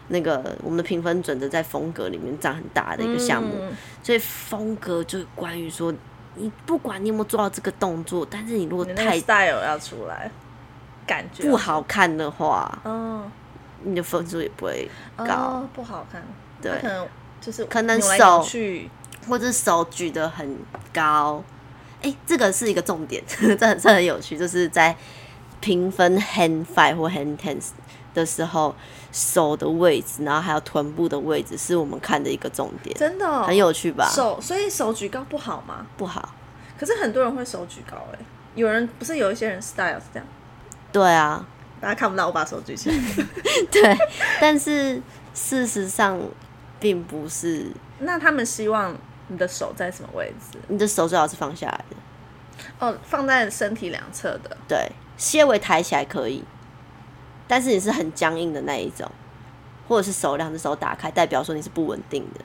Speaker 2: 那个我们的评分准则在风格里面占很大的一个项目，
Speaker 1: 嗯
Speaker 2: 所以风格就是关于说。你不管你有没有做到这个动作，但是你如果
Speaker 1: 你那个
Speaker 2: 太
Speaker 1: style 要出来，感觉
Speaker 2: 不，好看的话，
Speaker 1: 嗯，
Speaker 2: 你的分数也不会高。
Speaker 1: 哦，不好看，
Speaker 2: 对
Speaker 1: 它可能就是
Speaker 2: 可能
Speaker 1: 扭来
Speaker 2: 手
Speaker 1: 扭去，
Speaker 2: 或者手举得很高。哎、这个是一个 重点，这很这很有趣，就是在评分 hand five 或 hand tens 的时候，手的位置，然后还有臀部的位置，是我们看的一个重点，
Speaker 1: 真的、哦、
Speaker 2: 很有趣吧？
Speaker 1: 手，所以手举高不好吗？
Speaker 2: 不好，
Speaker 1: 可是很多人会手举高哎、有人不是有一些人 style 是这样，
Speaker 2: 对 啊，
Speaker 1: 大家看不到我把手举起 来。
Speaker 2: 对，但是事实上并不是，
Speaker 1: 那他们希望你的手在什么位置？
Speaker 2: 你的手最好是放下来的，
Speaker 1: 哦，放在身体两侧的。
Speaker 2: 对，些微抬起来可以，但是你是很僵硬的那一种，或者是手两只手打开，代表说你是不稳定的。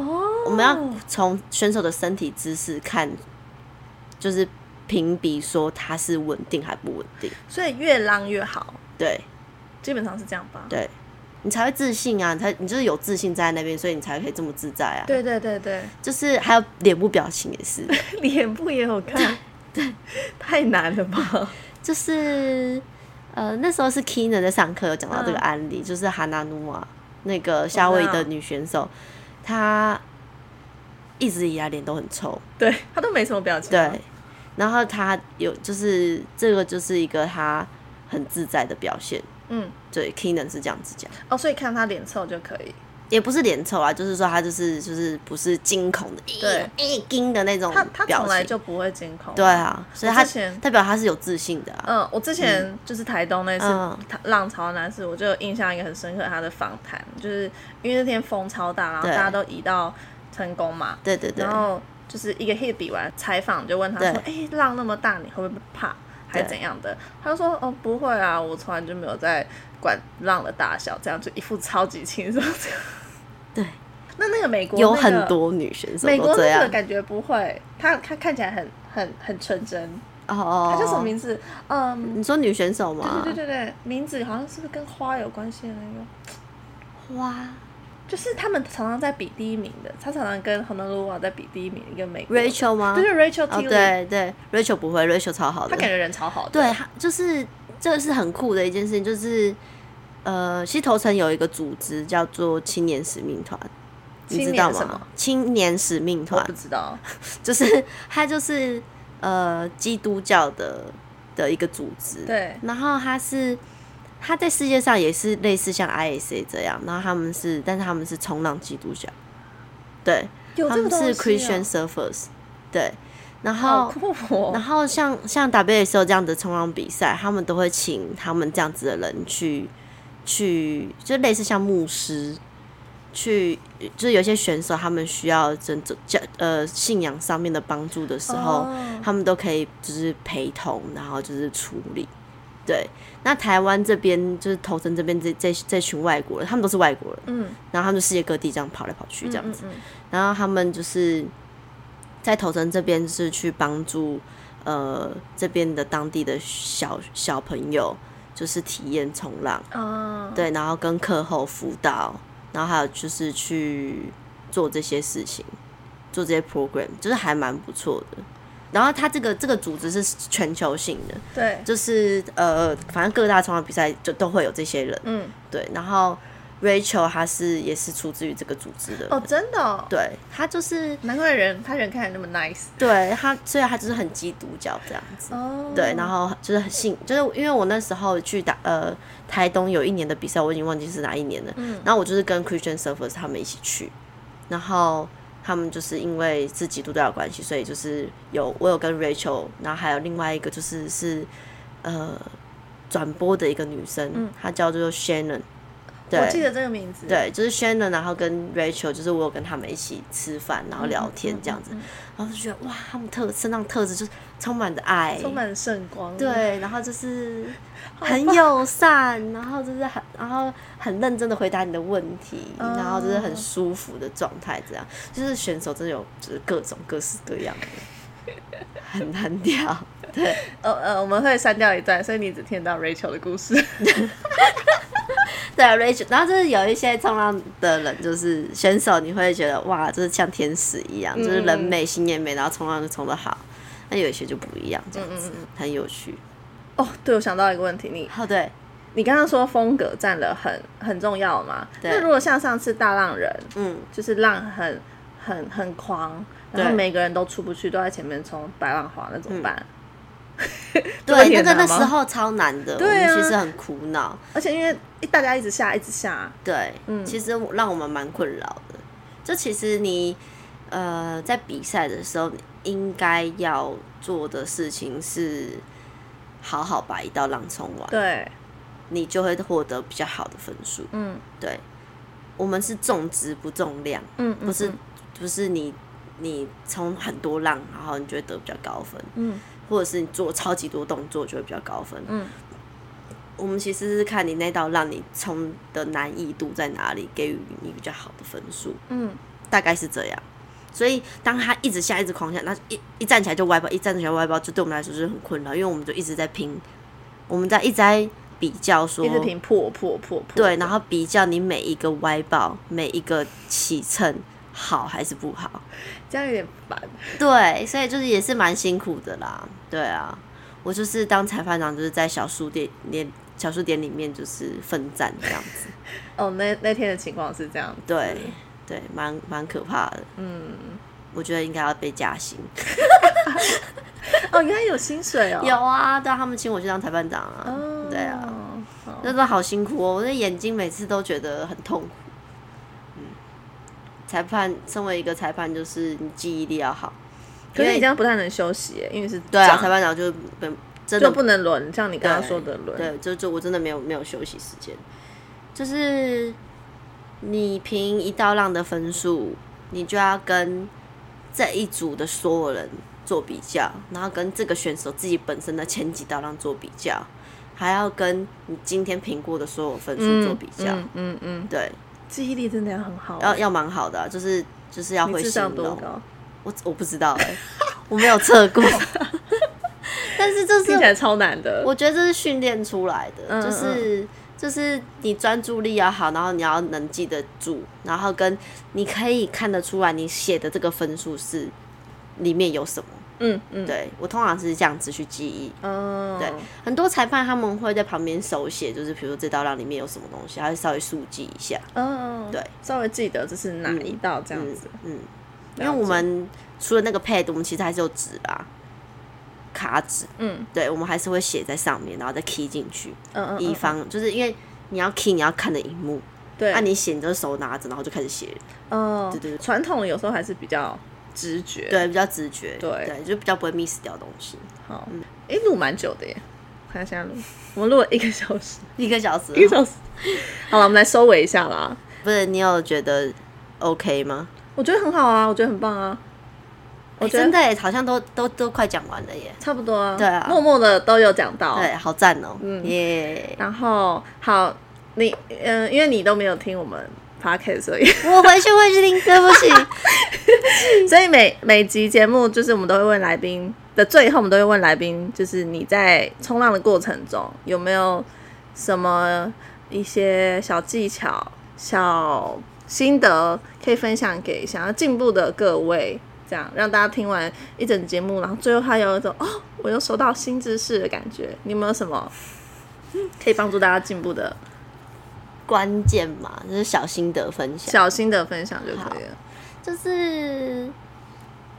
Speaker 1: 哦，
Speaker 2: 我们要从选手的身体姿势看，就是评比说他是稳定还不稳定。
Speaker 1: 所以越浪越好，
Speaker 2: 对
Speaker 1: 基本上是这样吧？
Speaker 2: 对，你才会自信啊，你才你就是有自信在那边，所以你才可以这么自在啊。，
Speaker 1: 对对对对，
Speaker 2: 就是还有脸部表情也是，
Speaker 1: 脸部也有看，对，太难了吧？
Speaker 2: 就是呃那时候是 Kina 在上课有讲到这个
Speaker 1: 嗯
Speaker 2: 案例，就是哈娜努瓦那个夏威夷的女选手，她一直以来脸都很臭，
Speaker 1: 对他都没什么表情，啊
Speaker 2: 对，，然后她有就是这个就是一个她很自在的表现，
Speaker 1: 嗯，
Speaker 2: 对 Kina 是这样子讲。
Speaker 1: 哦，所以看他脸臭就可以，
Speaker 2: 也不是脸臭啊，就是说她就是就是不是惊恐的，
Speaker 1: 对
Speaker 2: 一惊的那种
Speaker 1: 他他
Speaker 2: 哦表
Speaker 1: 从来
Speaker 2: 情，
Speaker 1: 就不会惊恐，
Speaker 2: 对。啊，所以
Speaker 1: 我
Speaker 2: 她
Speaker 1: 之前
Speaker 2: 代表她是有自信的啊，
Speaker 1: 嗯，我之前就是台东那次
Speaker 2: 嗯
Speaker 1: 他浪潮那次，我就有印象一个很深刻他的访谈，就是因为那天风超大，然后
Speaker 2: 对
Speaker 1: 大家都移到成功嘛，
Speaker 2: 对对对
Speaker 1: 然，后就是一个 hit 比完采访就问他
Speaker 2: 对
Speaker 1: 说：“哎、浪那么大，你会不会怕还是
Speaker 2: 对
Speaker 1: 怎样的？”他就说：“哦，不会啊，我从来就没有在管浪的大小，这样就一副超级轻松。”这样
Speaker 2: 对，
Speaker 1: 那那个美国、那
Speaker 2: 有
Speaker 1: 个
Speaker 2: 很多女选手
Speaker 1: 美
Speaker 2: 都
Speaker 1: 国
Speaker 2: 这
Speaker 1: 那
Speaker 2: 样
Speaker 1: 个，感觉不会，他他看起来很很很纯真。
Speaker 2: 哦
Speaker 1: 他
Speaker 2: 哦，
Speaker 1: 叫什么名字？嗯，
Speaker 2: 你说女选手
Speaker 1: 对
Speaker 2: 吗？
Speaker 1: 对对对对，名字好像是不是跟花有关系的那个？
Speaker 2: 对，哇
Speaker 1: 就是他们常常在比第一名的，他常常跟 Honolulu 啊在比第一名一个美国人
Speaker 2: ，Rachel 吗？
Speaker 1: 就是 Rachel
Speaker 2: 哦，
Speaker 1: Tilly，、
Speaker 2: 对对，Rachel 不会，Rachel 超好
Speaker 1: 他
Speaker 2: 的，
Speaker 1: 感觉人超好的。
Speaker 2: 对，她就是这是很酷的一件事情，就是呃，西头城有一个组织叫做青年使命团。你
Speaker 1: 青
Speaker 2: 知道
Speaker 1: 年什
Speaker 2: 吗
Speaker 1: 么？
Speaker 2: 青年使命
Speaker 1: 我
Speaker 2: 团
Speaker 1: 不知道。
Speaker 2: 就是它就是呃基督教的的一个组织，
Speaker 1: 对
Speaker 2: 然后它是它在世界上也是类似像 ISA 这样，然后他们是，但是他们是冲浪基督教，对，
Speaker 1: 有
Speaker 2: 他
Speaker 1: 这个
Speaker 2: 们
Speaker 1: 东西、
Speaker 2: 是
Speaker 1: 哦、
Speaker 2: Christian Surfers，对，然
Speaker 1: 好
Speaker 2: 后。
Speaker 1: 酷哦！
Speaker 2: 然后像像 WSO 这样的冲浪比赛，他们都会请他们这样子的人去去，就类似像牧师去，就是有些选手他们需要真正教呃信仰上面的帮助的时候，
Speaker 1: 哦
Speaker 2: 他们都可以就是陪同，然后就是处理。对，那台湾这边就是投身这边这这这群外国人，他们都是外国人，
Speaker 1: 嗯，
Speaker 2: 然后他们就世界各地这样跑来跑去这样子，
Speaker 1: 嗯，嗯
Speaker 2: 然后他们就是在头城这边是去帮助呃这边的当地的小小朋友，就是体验冲浪，
Speaker 1: 嗯哦，
Speaker 2: 对，然后跟课后辅导，然后还有就是去做这些事情，做这些 program，就是还蛮不错的。然后他这个这个组织是全球性的，
Speaker 1: 对，
Speaker 2: 就是呃，反正各大冲浪比赛就都会有这些人，
Speaker 1: 嗯，
Speaker 2: 对。然后 Rachel 她是也是出自于这个组织的人，
Speaker 1: 哦，真的、哦，
Speaker 2: 对，她就是
Speaker 1: 难怪人他人看起来那么 nice
Speaker 2: 对他，所以他就是很基督教这样子。
Speaker 1: 哦。
Speaker 2: 对，然后就是很信，就是因为我那时候去打呃台东有一年的比赛，我已经忘记是哪一年了。
Speaker 1: 嗯
Speaker 2: 然后我就是跟 Christian Surfers 他们一起去，然后他们就是因为是基督教的关系，所以就是有我有跟 Rachel，然后还有另外一个就是是呃转播的一个女生，
Speaker 1: 嗯
Speaker 2: 她叫做 Shannon。对
Speaker 1: 我记得这个名字，，
Speaker 2: 对，就是 Shannon，然后跟 Rachel，就是我有跟他们一起吃饭，然后
Speaker 1: 嗯
Speaker 2: 聊天这样子，然后就觉得哇，他们特身上特质就是充满着爱，
Speaker 1: 充满圣光，，
Speaker 2: 嗯对，然后就是很友善，然后就是很然后很认真的回答你的问题，
Speaker 1: 哦
Speaker 2: 然后就是很舒服的状态，这样就是选手真的有就是各种各式各样的， 很难调，对。
Speaker 1: 呃呃，我们会删掉一段，所以你只听到 Rachel 的故事。
Speaker 2: 对，Rachel，然后就是有一些冲浪的人，就是选手，你会觉得哇，就是像天使
Speaker 1: 嗯
Speaker 2: 一样，就是人美心也美，然后冲浪就冲得好。那有一些就不一样，这样
Speaker 1: 嗯
Speaker 2: 子很有趣。
Speaker 1: 哦，对，我想到一个问题，你
Speaker 2: 哦，对，
Speaker 1: 你刚刚说风格占了很很重要嘛？
Speaker 2: 对
Speaker 1: 那如果像上次大浪人，
Speaker 2: 嗯，
Speaker 1: 就是浪很很很狂，然后
Speaker 2: 对嗯
Speaker 1: 每个人都出不去，都在前面冲白浪滑，那怎么办？这问
Speaker 2: 对，
Speaker 1: 题
Speaker 2: 那
Speaker 1: 很
Speaker 2: 个那
Speaker 1: 难吗
Speaker 2: 时，候超难的，
Speaker 1: 对啊
Speaker 2: 我们其实很苦恼。
Speaker 1: 而且因为一大家一直下，一直下，嗯
Speaker 2: 对，其实我让我们蛮困扰的。就其实你呃在比赛的时候，你应该要做的事情是好好把一道浪冲完，
Speaker 1: 对，
Speaker 2: 你就会获得比较好的分数。
Speaker 1: 嗯
Speaker 2: 对，我们是重质不重量，
Speaker 1: 嗯，嗯
Speaker 2: 不是，不是你你冲很多浪，然后你就会得比较高分，
Speaker 1: 嗯
Speaker 2: 或者是你做超级多动作就会比较高分。
Speaker 1: 嗯，
Speaker 2: 我们其实是看你那道让你冲的难易度在哪里，给予你比较好的分数，
Speaker 1: 嗯，
Speaker 2: 大概是这样。所以当他一直下，一直狂下，那一一站起来就歪包，一站起来歪包，就对我们来说就是很困扰，因为我们就一直在拼，我们在一直在比较说，
Speaker 1: 一直平破破破破，
Speaker 2: 对，然后比较你每一个歪爆，每一个起蹭好还是不好，
Speaker 1: 这样有点烦，
Speaker 2: 对，所以就是也是蛮辛苦的啦。对啊，我就是当裁判长，就是在小数点点小数点里面就是奋战这样子。
Speaker 1: 哦，那那天的情况是这样，
Speaker 2: 对
Speaker 1: 嗯
Speaker 2: 对，蛮蛮可怕的。嗯，我觉得应该要被加薪。
Speaker 1: 哦，原来有薪水哦，
Speaker 2: 有啊，对啊，他们请我去当裁判长啊。
Speaker 1: 哦，
Speaker 2: 对啊，
Speaker 1: 好，
Speaker 2: 真的好辛苦哦，我的眼睛每次都觉得很痛苦。嗯，裁判，身为一个裁判，就是你记忆力要好。
Speaker 1: 可是
Speaker 2: 因
Speaker 1: 你
Speaker 2: 为
Speaker 1: 这样不太能休息耶，因为是
Speaker 2: 对啊，
Speaker 1: 这样
Speaker 2: 裁判长就是本真的
Speaker 1: 就不能轮，像你刚刚
Speaker 2: 对
Speaker 1: 说的轮，
Speaker 2: 对，就就我真的没有没有休息时间，就是你凭一道浪的分数，你就要跟这一组的所有人做比较，然后跟这个选手自己本身的前几道浪做比较，还要跟你今天评过的所有分数做比较，
Speaker 1: 嗯嗯嗯，
Speaker 2: 对，
Speaker 1: 记忆力真的要很好，
Speaker 2: 要要蛮好的啊、就是就是要
Speaker 1: 你
Speaker 2: 会
Speaker 1: 智
Speaker 2: 形
Speaker 1: 商多
Speaker 2: 容。
Speaker 1: 高？
Speaker 2: 我我不知道哎、我没有测过， 但是这是
Speaker 1: 听起来超难的，
Speaker 2: 我觉得这是训练出来的，
Speaker 1: 嗯
Speaker 2: 就是就是你专注力要好，然后你要能记得住，然后跟你可以看得出来你写的这个分数是里面有什么。
Speaker 1: 嗯嗯，
Speaker 2: 对我通常是这样子去记忆。
Speaker 1: 嗯，
Speaker 2: 对，很多裁判他们会在旁边手写，就是比如说这道让里面有什么东西，他会稍微速记一下。
Speaker 1: 嗯，
Speaker 2: 对，
Speaker 1: 稍微记得这是哪一道这样
Speaker 2: 嗯
Speaker 1: 子，
Speaker 2: 嗯，
Speaker 1: 了解
Speaker 2: 因为我们除了那个 pad，我们其实还是有纸啦，卡纸。
Speaker 1: 嗯
Speaker 2: 对，我们还是会写在上面，然后再 key 进去。
Speaker 1: 嗯嗯，
Speaker 2: 以防就是因为你要 key，你要看的荧幕，
Speaker 1: 对，
Speaker 2: 那、啊你写你就手拿着，然后就开始写，
Speaker 1: 哦，
Speaker 2: 对对对
Speaker 1: 传统有时候还是比较直觉，，
Speaker 2: 对，比较直觉，
Speaker 1: 对
Speaker 2: 就比较不会 miss 掉东 西。
Speaker 1: 好，
Speaker 2: 嗯
Speaker 1: 哎，录蛮久的耶，看现在 录，我们录了一个小时，
Speaker 2: 一个小时啊
Speaker 1: 一个小时，好了，我们来收尾一下啦，
Speaker 2: 不是你有觉得 OK 吗？
Speaker 1: 我觉得很好啊，我觉得很棒啊，我
Speaker 2: 诶
Speaker 1: 觉
Speaker 2: 真
Speaker 1: 得
Speaker 2: 的耶好像都都都快讲完了耶，
Speaker 1: 差不多啊，
Speaker 2: 对啊
Speaker 1: 默默的都有讲到，
Speaker 2: 对，好赞哦、
Speaker 1: 嗯
Speaker 2: 耶、
Speaker 1: 然后好，你嗯、因为你都没有听我们 podcast，所以。
Speaker 2: 我回去会去听，对不起，
Speaker 1: 所以每每集节目，就是我们都会问来宾的最后，我们都会问来宾，就是你在冲浪的过程中有没有什么一些小技巧、小心得可以分享给想要进步的各位，这样让大家听完一整节目，然后最后他有一种哦，我又收到新知识的感觉。你有没有什么可以帮助大家进步的
Speaker 2: 关键嘛，就是小心得分享。
Speaker 1: 小心的分享就可以了？
Speaker 2: 就是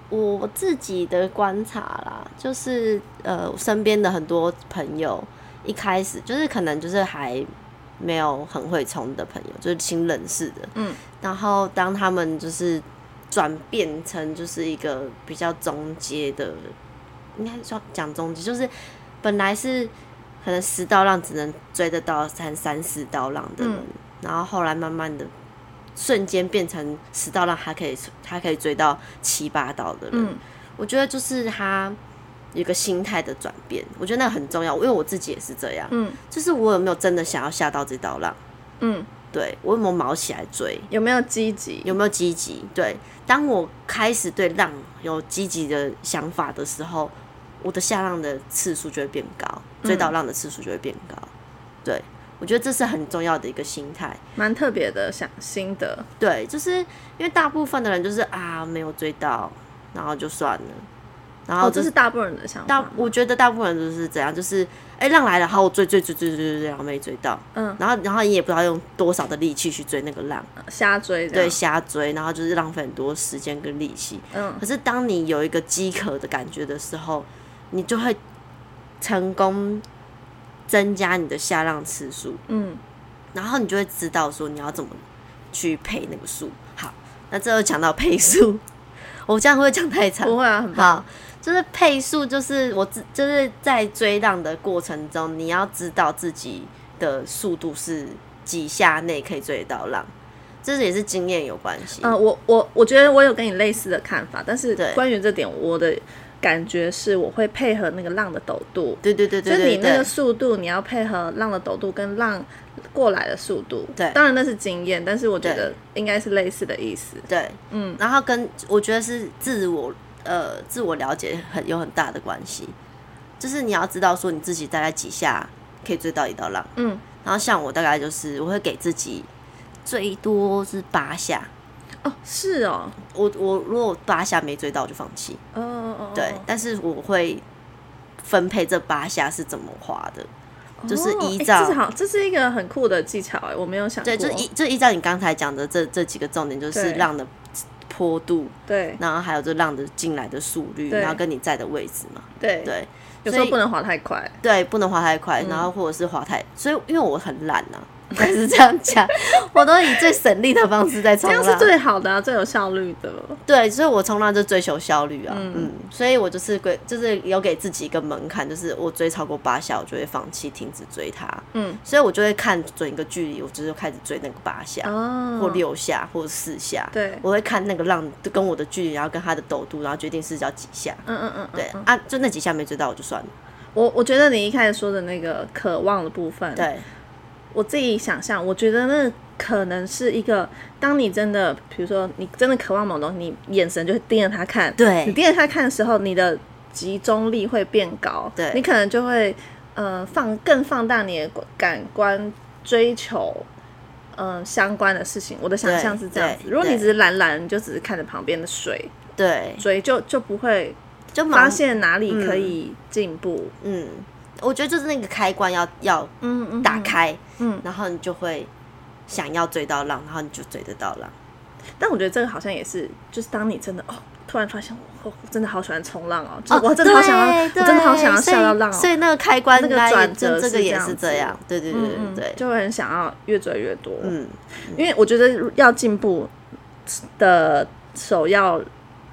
Speaker 2: 我自己的观察啦，就是呃，我身边的很多朋友一开始就是可能就是还没有很会冲的朋友，就是新认识的，
Speaker 1: 嗯，
Speaker 2: 然后当他们就是转变成就是一个比较中阶的，应该说讲中阶，就是本来是可能十刀浪只能追得到三三四刀浪的人，
Speaker 1: 嗯
Speaker 2: 然后后来慢慢的瞬间变成十道浪，他可以他可以追到七八道的人。
Speaker 1: 嗯
Speaker 2: 我觉得就是他有一个心态的转变，我觉得那个很重要，因为我自己也是这样，
Speaker 1: 嗯
Speaker 2: 就是我有没有真的想要下到这道浪，
Speaker 1: 嗯，
Speaker 2: 对我有没有毛起来追，
Speaker 1: 有没有积极？
Speaker 2: 有没有积极？对，当我开始对浪有积极的想法的时候，我的下浪的次数就会变高，追
Speaker 1: 嗯
Speaker 2: 到浪的次数就会变高。对，我觉得这是很重要的一个心态。
Speaker 1: 蛮特别的想心得。
Speaker 2: 对，就是因为大部分的人就是啊没有追到，然后就算了，然后
Speaker 1: 哦，
Speaker 2: 就
Speaker 1: 这
Speaker 2: 是、
Speaker 1: 是大部分人的想
Speaker 2: 大
Speaker 1: 法。，
Speaker 2: 我觉得大部分人就是这样，就是哎、浪来了，好我追追追追追追追，然后没追到，
Speaker 1: 嗯，
Speaker 2: 然后然后你也不知道用多少的力气去追那个浪，
Speaker 1: 瞎追这
Speaker 2: 对，
Speaker 1: 样，
Speaker 2: 瞎追，然后就是浪费很多时间跟力气。
Speaker 1: 嗯
Speaker 2: 可是当你有一个饥渴的感觉的时候，你就会成功增加你的下浪次数，
Speaker 1: 嗯，
Speaker 2: 然后你就会知道说你要怎么去配那个数。好，那这又讲到配数， 我这样会不会讲太长？
Speaker 1: 不会啊，很棒。
Speaker 2: 好，就是配速，就是我自就是在追浪的过程中，你要知道自己的速度是几下内可以追得到浪，这也是经验有关系。
Speaker 1: 呃，我我我觉得我有跟你类似的看法，但是
Speaker 2: 对
Speaker 1: 关于这点，我的感觉是我会配合那个浪的抖度，
Speaker 2: 对对对
Speaker 1: 就
Speaker 2: 对
Speaker 1: 是
Speaker 2: 对
Speaker 1: 你那个
Speaker 2: 对，
Speaker 1: 速度，你要配合浪的抖度跟浪过来的速度。
Speaker 2: 对
Speaker 1: 当然那是经验，但是我觉
Speaker 2: 对
Speaker 1: 得应该是类似的意思。
Speaker 2: 对，
Speaker 1: 嗯，
Speaker 2: 然后跟我觉得是自我呃自我了解很有很大的关系，就是你要知道说你自己大概几下可以追到一道浪，
Speaker 1: 嗯，
Speaker 2: 然后像我大概就是我会给自己最多是八下，
Speaker 1: 哦，是哦，
Speaker 2: 我我如果八下没追到我就放弃，
Speaker 1: 哦哦哦，
Speaker 2: 对，但是我会分配这八下是怎么花的，
Speaker 1: 哦
Speaker 2: 就是依
Speaker 1: 诶
Speaker 2: 照
Speaker 1: 这是好，这是一个很酷的技巧哎，我没有想过。
Speaker 2: 对，就是依就依照你刚才讲的这这几个重点，就是
Speaker 1: 对
Speaker 2: 浪的坡度，
Speaker 1: 对
Speaker 2: 然后还有这浪的进来的速率，
Speaker 1: 对
Speaker 2: 然后跟你在的位置嘛，
Speaker 1: 对，
Speaker 2: 对，
Speaker 1: 有时
Speaker 2: 所
Speaker 1: 候
Speaker 2: 以
Speaker 1: 不能滑太快。
Speaker 2: 对，不能滑太快，然
Speaker 1: 嗯
Speaker 2: 后或者是滑太，所以因为我很懒呐、啊， 但是这样讲，我都以最省力的方式在 冲
Speaker 1: 这样
Speaker 2: 浪，
Speaker 1: 是最好的啊、最有效率的。
Speaker 2: 对，所以我冲浪就追求效率啊，
Speaker 1: 嗯
Speaker 2: 嗯所以我就是给就是有给自己一个门槛，就是我追超过八下，我就会放弃停止追它，
Speaker 1: 嗯，
Speaker 2: 所以我就会看准一个距离，我就是开始追那个八下。
Speaker 1: 哦，
Speaker 2: 或六下，或四下，
Speaker 1: 对
Speaker 2: 我会看那个浪跟我的距离，然后跟它的陡度，然后决定是要几下。
Speaker 1: 嗯嗯嗯，嗯
Speaker 2: 对、啊，就那几下没追到我就算了。
Speaker 1: 我我觉得你一开始说的那个渴望的部分，
Speaker 2: 对
Speaker 1: 我自己想象，我觉得那可能是一个，当你真的，比如说你真的渴望某东西，你眼神就会盯着它看，
Speaker 2: 对
Speaker 1: 你盯着它看的时候，你的集中力会变高，
Speaker 2: 对
Speaker 1: 你可能就会呃放更放大你的感官追求。嗯，相关的事情，我的想象是这样子。
Speaker 2: 对
Speaker 1: 如果你
Speaker 2: 对
Speaker 1: 只是懒懒，你就只是看着旁边的水
Speaker 2: 对，
Speaker 1: 追，就就不会
Speaker 2: 就
Speaker 1: 发
Speaker 2: 盲
Speaker 1: 现哪里可以进步。
Speaker 2: 嗯，我觉得就是那个开关要要
Speaker 1: 嗯嗯，
Speaker 2: 打开，
Speaker 1: 嗯嗯
Speaker 2: 然后你就会想要追到浪，然后你就追得到浪。
Speaker 1: 但我觉得这个好像也是，就是当你真的哦，突然发现我、哦、我真的好喜欢冲浪哦，就是我真的好想要，
Speaker 2: 对
Speaker 1: 我真的好想要
Speaker 2: 对
Speaker 1: 下到浪
Speaker 2: 所以所
Speaker 1: 哦，
Speaker 2: 以那个开关
Speaker 1: 那个
Speaker 2: 应该也
Speaker 1: 转折
Speaker 2: 这这
Speaker 1: 是
Speaker 2: 个也
Speaker 1: 这样子
Speaker 2: 是
Speaker 1: 嗯
Speaker 2: 这样，对对对对嗯对对，
Speaker 1: 就会很想要越追越多。
Speaker 2: 嗯，
Speaker 1: 因为我觉得要进步的首要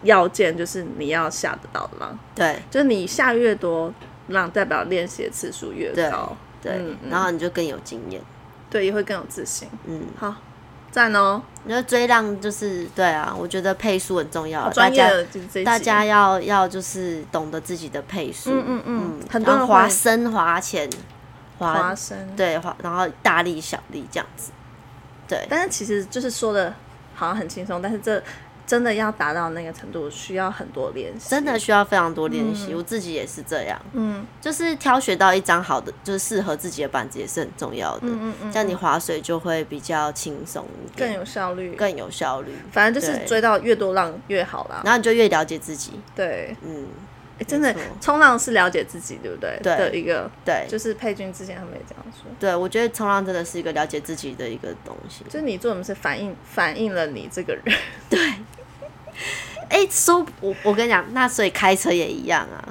Speaker 1: 要件就是你要下得到浪，
Speaker 2: 对
Speaker 1: 就是你下越多浪，代表练习的次数越
Speaker 2: 对
Speaker 1: 高，
Speaker 2: 对
Speaker 1: 嗯，嗯
Speaker 2: 然后你就更有经验，
Speaker 1: 对，也会更有自信。
Speaker 2: 嗯，
Speaker 1: 好，赞哦，
Speaker 2: 你就追浪就是对啊，我觉得配速很重要
Speaker 1: 好
Speaker 2: 啊，
Speaker 1: 专业
Speaker 2: 大家
Speaker 1: 的这这一集
Speaker 2: 大家要要就是懂得自己的配速，
Speaker 1: 嗯嗯嗯很多
Speaker 2: 然
Speaker 1: 人
Speaker 2: 后滑
Speaker 1: 会
Speaker 2: 深滑浅
Speaker 1: 花
Speaker 2: 滑
Speaker 1: 生
Speaker 2: 对滑，然后大力小力这样子，对
Speaker 1: 但是其实就是说的好像很轻松，但是这真的要达到那个程度，需要很多练习。
Speaker 2: 真的，需要非常多练习，我自己也是这样，
Speaker 1: 嗯
Speaker 2: 就是挑选到一张好的，就是适合自己的板子也是很重要的。
Speaker 1: 嗯嗯，
Speaker 2: 这样你划水就会比较轻松一
Speaker 1: 更
Speaker 2: 点，
Speaker 1: 有效率。
Speaker 2: 更有效率。
Speaker 1: 反正就是
Speaker 2: 对
Speaker 1: 追到越多浪越好啦。
Speaker 2: 然后你就越了解自己。
Speaker 1: 对，
Speaker 2: 嗯，
Speaker 1: 诶真的
Speaker 2: 没错
Speaker 1: 冲浪是了解自己，对不对？
Speaker 2: 对
Speaker 1: 的一个，
Speaker 2: 对，
Speaker 1: 就是佩君之前他们也这样说，
Speaker 2: 对我觉得冲浪真的是一个了解自己的一个东西。
Speaker 1: 就是你做什么事反映反映了你这个人。
Speaker 2: 哎、说我我跟你讲，那所以开车也一样啊。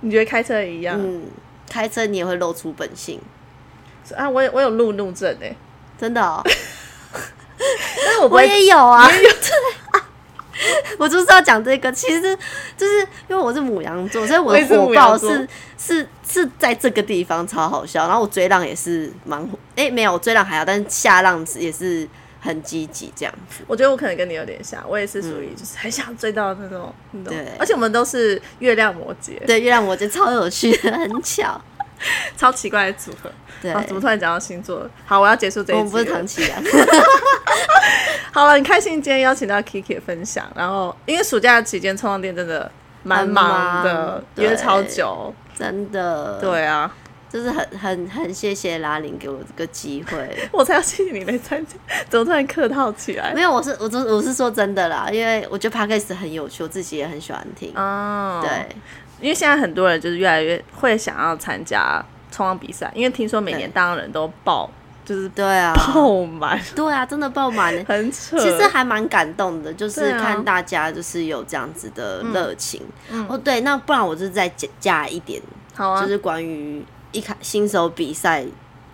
Speaker 1: 你觉得开车也一样、
Speaker 2: 嗯，开车你也会露出本性，
Speaker 1: 啊？我有我有路怒症哎、
Speaker 2: 真的、哦。
Speaker 1: 但是我不
Speaker 2: 我
Speaker 1: 会
Speaker 2: 也有啊， 对。我就是要讲这个，其实就是因为我是母羊座，所以我
Speaker 1: 我也
Speaker 2: 的
Speaker 1: 是
Speaker 2: 火
Speaker 1: 母
Speaker 2: 爆
Speaker 1: 羊座
Speaker 2: 是是是在这个地方超好笑，然后我追浪也是蛮火，哎、没有我追浪还好，但是下浪也是很积极这样子。
Speaker 1: 我觉得我可能跟你有点像，我也是属于就是很想追到那种，你懂
Speaker 2: 嗯对？
Speaker 1: 而且我们都是月亮摩羯，
Speaker 2: 对，月亮我觉得超有趣的，很巧。
Speaker 1: 超奇怪的组合。
Speaker 2: 对，
Speaker 1: 啊，怎么突然讲到星座了？好，我要结束这一
Speaker 2: 我
Speaker 1: 集了。
Speaker 2: 们不是唐 启阳？
Speaker 1: 好了，很开心今天邀请到 Kiki 的分享。然后，因为暑假期间冲浪店真的蛮忙
Speaker 2: 很
Speaker 1: 的
Speaker 2: 忙，
Speaker 1: 约
Speaker 2: 对
Speaker 1: 超久。
Speaker 2: 真的，，
Speaker 1: 对啊，
Speaker 2: 就是很很很谢谢拉林给我这个机会。
Speaker 1: 我才要谢谢你来参加， 怎么突然客套起来
Speaker 2: 没？有，我是我真我是说真的啦，因为我觉得 podcast 很有趣，我自己也很喜欢听。
Speaker 1: 哦，
Speaker 2: 对，
Speaker 1: 因为现在很多人就是越来越会想要参加冲浪比赛，因为听说每年
Speaker 2: 对
Speaker 1: 当人都爆，就是
Speaker 2: 对啊，
Speaker 1: 爆满，
Speaker 2: 对啊，真的爆满 欸。
Speaker 1: 很扯。
Speaker 2: 其实还蛮感动的，就是
Speaker 1: 对啊嗯
Speaker 2: 看大家就是有这样子的热情。哦，对，那不然我就再加加一点
Speaker 1: 好啊
Speaker 2: 就，是关于一开新手比赛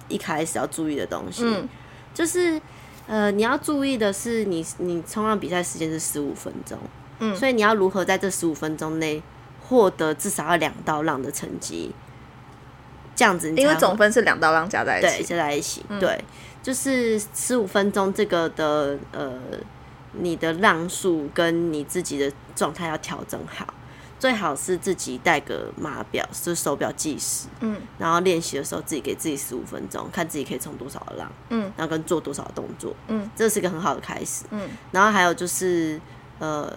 Speaker 2: 一开始要注意的东西。
Speaker 1: 嗯，
Speaker 2: 就是呃，你要注意的是你，你冲浪比赛时间是十五分钟，
Speaker 1: 嗯
Speaker 2: 所以你要如何在这十五分钟内获得至少要两道浪的成绩，这样子你才
Speaker 1: 因为
Speaker 2: 会
Speaker 1: 总分是两道浪加在一
Speaker 2: 对
Speaker 1: 起，嗯
Speaker 2: 加在一起，对，就是十五分钟这个的呃，你的浪数跟你自己的状态要调整好。最好是自己带个码表，就是手表计时，
Speaker 1: 嗯，
Speaker 2: 然后练习的时候自己给自己十五分钟，看自己可以冲多少浪，
Speaker 1: 嗯，
Speaker 2: 然后跟做多少动作，
Speaker 1: 嗯，
Speaker 2: 这是一个很好的开始，
Speaker 1: 嗯，
Speaker 2: 然后还有就是呃，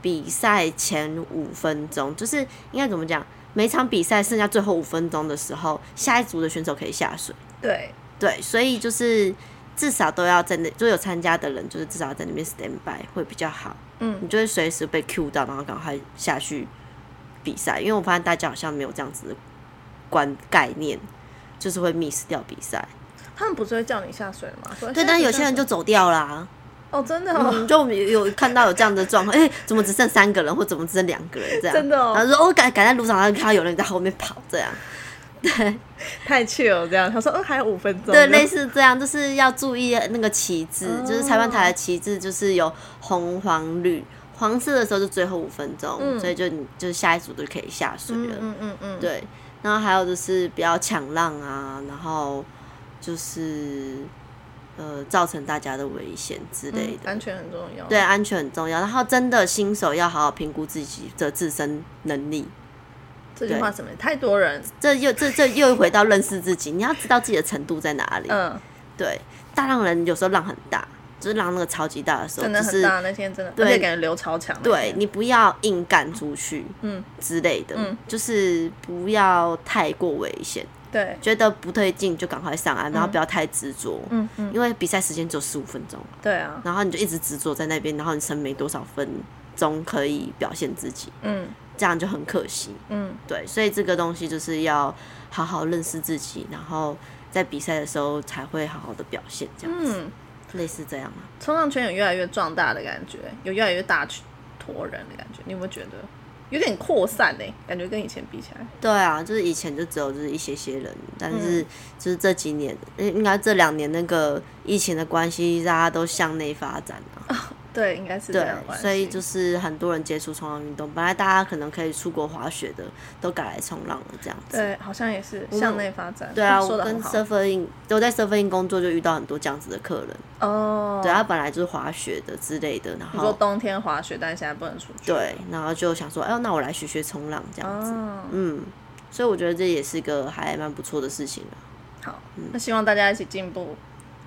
Speaker 2: 比赛前五分钟，就是应该怎么讲，每场比赛剩下最后五分钟的时候，下一组的选手可以下水，
Speaker 1: 对，
Speaker 2: 对，所以就是至少都要在那，就有参加的人，就是至少在那边 stand by 会比较好。
Speaker 1: 嗯
Speaker 2: 你就会随时被 Q 到，然后赶快下去比赛。因为我发现大家好像没有这样子的观概念，就是会 miss 掉比赛。
Speaker 1: 他们不是会叫你下水吗？说
Speaker 2: 对，
Speaker 1: 下
Speaker 2: 但
Speaker 1: 水
Speaker 2: 有些
Speaker 1: 下
Speaker 2: 人
Speaker 1: 水
Speaker 2: 就走掉啦。
Speaker 1: 哦，真的哦，
Speaker 2: 嗯，就我们有有看到有这样的状况，哎、怎么只剩三个人，或怎么只剩两个人这样？
Speaker 1: 真的哦
Speaker 2: 然后说哦，赶赶在路上，然后看到有人在后面跑这样。
Speaker 1: 太 chill 这样。他说，嗯，还有五分钟，
Speaker 2: 对，类
Speaker 1: 类似
Speaker 2: 似这样，就是要注意那个旗帜，就是裁
Speaker 1: 哦
Speaker 2: 判台的旗帜，就是有红、黄、绿。黄色的时候就最后五分钟，
Speaker 1: 嗯
Speaker 2: 所以就你就下一组就可以下水了。
Speaker 1: 嗯嗯嗯，
Speaker 2: 对，然后还有就是不要抢浪啊，然后就是呃造成大家的危险之类
Speaker 1: 嗯，
Speaker 2: 的。
Speaker 1: 安全很重要。
Speaker 2: 对，，安全很重要。然后真的新手要好好评估自己的自身能力，
Speaker 1: 这句话怎么太多人，
Speaker 2: 这又这这又回到认识自己，你要知道自己的程度在哪里。
Speaker 1: 嗯，
Speaker 2: 对，大浪人有时候浪很大，就是浪那个超级大的时候，
Speaker 1: 真
Speaker 2: 就
Speaker 1: 的很
Speaker 2: 是
Speaker 1: 大，那天真的，
Speaker 2: 对
Speaker 1: 而且感觉流超强。
Speaker 2: 对，你不要硬干出去
Speaker 1: 嗯，
Speaker 2: 之类的，
Speaker 1: 嗯
Speaker 2: 就是不要太过危险。
Speaker 1: 对，
Speaker 2: 觉得不对劲就赶快上岸，然后不要太执着，
Speaker 1: 嗯嗯，
Speaker 2: 因为比赛时间只有十五分钟，
Speaker 1: 对啊，
Speaker 2: 然后你就一直执着在那边，然后你剩没多少分钟可以表现自己，
Speaker 1: 嗯
Speaker 2: 这样就很可惜。
Speaker 1: 嗯，
Speaker 2: 对，所以这个东西就是要好好认识自己，然后在比赛的时候才会好好的表现，这样子，
Speaker 1: 嗯
Speaker 2: 类似这样啊吗？
Speaker 1: 冲浪圈有越来越壮大的感觉，有越来越大群坨人的感觉，你有没有觉得有点扩散呢、欸感觉跟以前比起来，
Speaker 2: 对啊，就是以前就只有就是一些些人，但是
Speaker 1: 嗯
Speaker 2: 就是这几年，应应该这两年那个疫情的关系，大家都向内发展啊。
Speaker 1: 对，应该是这
Speaker 2: 对
Speaker 1: 样的，关系。
Speaker 2: 所以就是很多人接触冲浪运动，本来大家可能可以出国滑雪的，都改来冲浪了这样子。
Speaker 1: 对，好像也是
Speaker 2: 们
Speaker 1: 向内发展。
Speaker 2: 对啊，
Speaker 1: 哦说
Speaker 2: 我
Speaker 1: 的
Speaker 2: 跟
Speaker 1: 很好。
Speaker 2: surfing 我在 surfing 工作就遇到很多这样子的客人，
Speaker 1: 哦，
Speaker 2: 对，他本来就是滑雪的之类的，然
Speaker 1: 你说
Speaker 2: 后
Speaker 1: 冬天滑雪，但是现在不能出去。
Speaker 2: 对，然后就想说，哎呦，那我来学学冲浪这样子，
Speaker 1: 哦，
Speaker 2: 嗯，所以我觉得这也是个还蛮不错的事情啊。
Speaker 1: 好，那希望大家一起进步，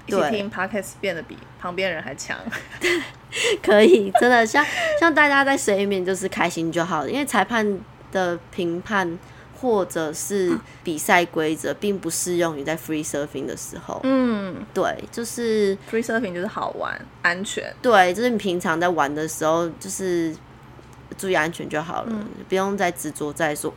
Speaker 1: 一起
Speaker 2: 对
Speaker 1: 听 podcast 变得比旁边人还强。
Speaker 2: 可以，真的像 像大家在水里面就是开心就好了，因为裁判的评判或者是比赛规则并不适用于在 free surfing 的时候。
Speaker 1: 嗯
Speaker 2: 对，就是
Speaker 1: ，free surfing 就是好玩、安全。
Speaker 2: 对，就是你平常在玩的时候，就是注意安全就好了，
Speaker 1: 嗯
Speaker 2: 不用再执着在说，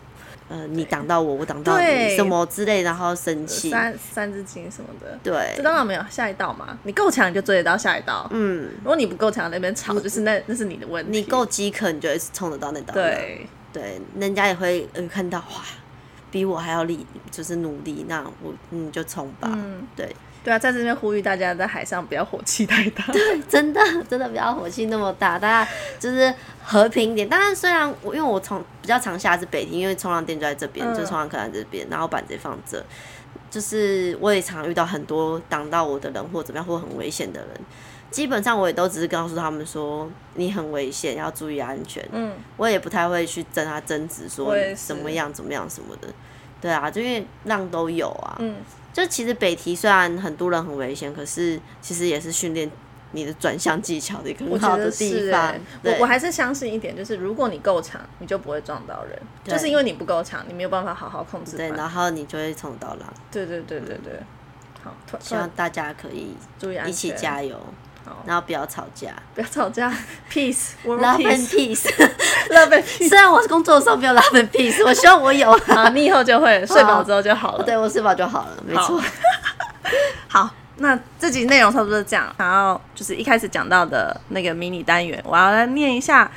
Speaker 2: 呃，你挡到我，我挡到你
Speaker 1: 对
Speaker 2: 什么之类，然后生气。
Speaker 1: 三三字经什么的。
Speaker 2: 对
Speaker 1: 这，当然没有下一道嘛，你够强你就追得到下一道。
Speaker 2: 嗯，
Speaker 1: 如果你不够强，那边吵就是那那是你的问题。
Speaker 2: 你够饥渴，你就会冲得到那道浪。
Speaker 1: 对，
Speaker 2: 对，人家也会呃看到哇，比我还要力，就是努力，那我你就冲吧。
Speaker 1: 嗯
Speaker 2: 对，
Speaker 1: 对啊，在这边呼吁大家在海上不要火气太大。对，
Speaker 2: 真的 真的不要火气那么大，大家就是和平一点。当然，虽然我因为我从比较常下的是北堤，因为冲浪店就在这边，
Speaker 1: 嗯
Speaker 2: 就冲浪客在这边，然后板子也放这。就是我也常遇到很多挡到我的人或怎么样或很危险的人，基本上我也都只是告诉他们说你很危险，要注意安全。
Speaker 1: 嗯，
Speaker 2: 我也不太会去争他争执，说
Speaker 1: 我也
Speaker 2: 你怎么
Speaker 1: 是
Speaker 2: 样怎么样什么的。对啊，就因为浪都有啊。
Speaker 1: 嗯，
Speaker 2: 就其实北提虽然很多人很危险，可是其实也是训练你的转向技巧的一个
Speaker 1: 我
Speaker 2: 很
Speaker 1: 觉
Speaker 2: 好
Speaker 1: 得
Speaker 2: 的
Speaker 1: 是
Speaker 2: 地
Speaker 1: 欸
Speaker 2: 方。
Speaker 1: 我
Speaker 2: 对
Speaker 1: 我还是相信一点，就是如果你够强，你就不会撞到人，
Speaker 2: 对
Speaker 1: 就是因为你不够强，你没有办法好好控制
Speaker 2: 对，
Speaker 1: 它。
Speaker 2: 然后你就会冲到浪。
Speaker 1: 对对对对对，好，突
Speaker 2: 希
Speaker 1: 突
Speaker 2: 望
Speaker 1: 然
Speaker 2: 大家可以
Speaker 1: 注意安全，
Speaker 2: 一起加油
Speaker 1: 好，
Speaker 2: 然后不要吵架
Speaker 1: 不要吵架，peace world
Speaker 2: ，love and
Speaker 1: peace
Speaker 2: peace。
Speaker 1: love and peace。
Speaker 2: 虽然我工作的时候没有 love and peace，我希望我有啊。
Speaker 1: 好，你以后就会睡饱之后就好了。
Speaker 2: 对我睡饱就好了，没
Speaker 1: 好
Speaker 2: 错。
Speaker 1: 好，那这集内容差不多是这样。然后就是一开始讲到的那个迷呃你单元，我要来念一下，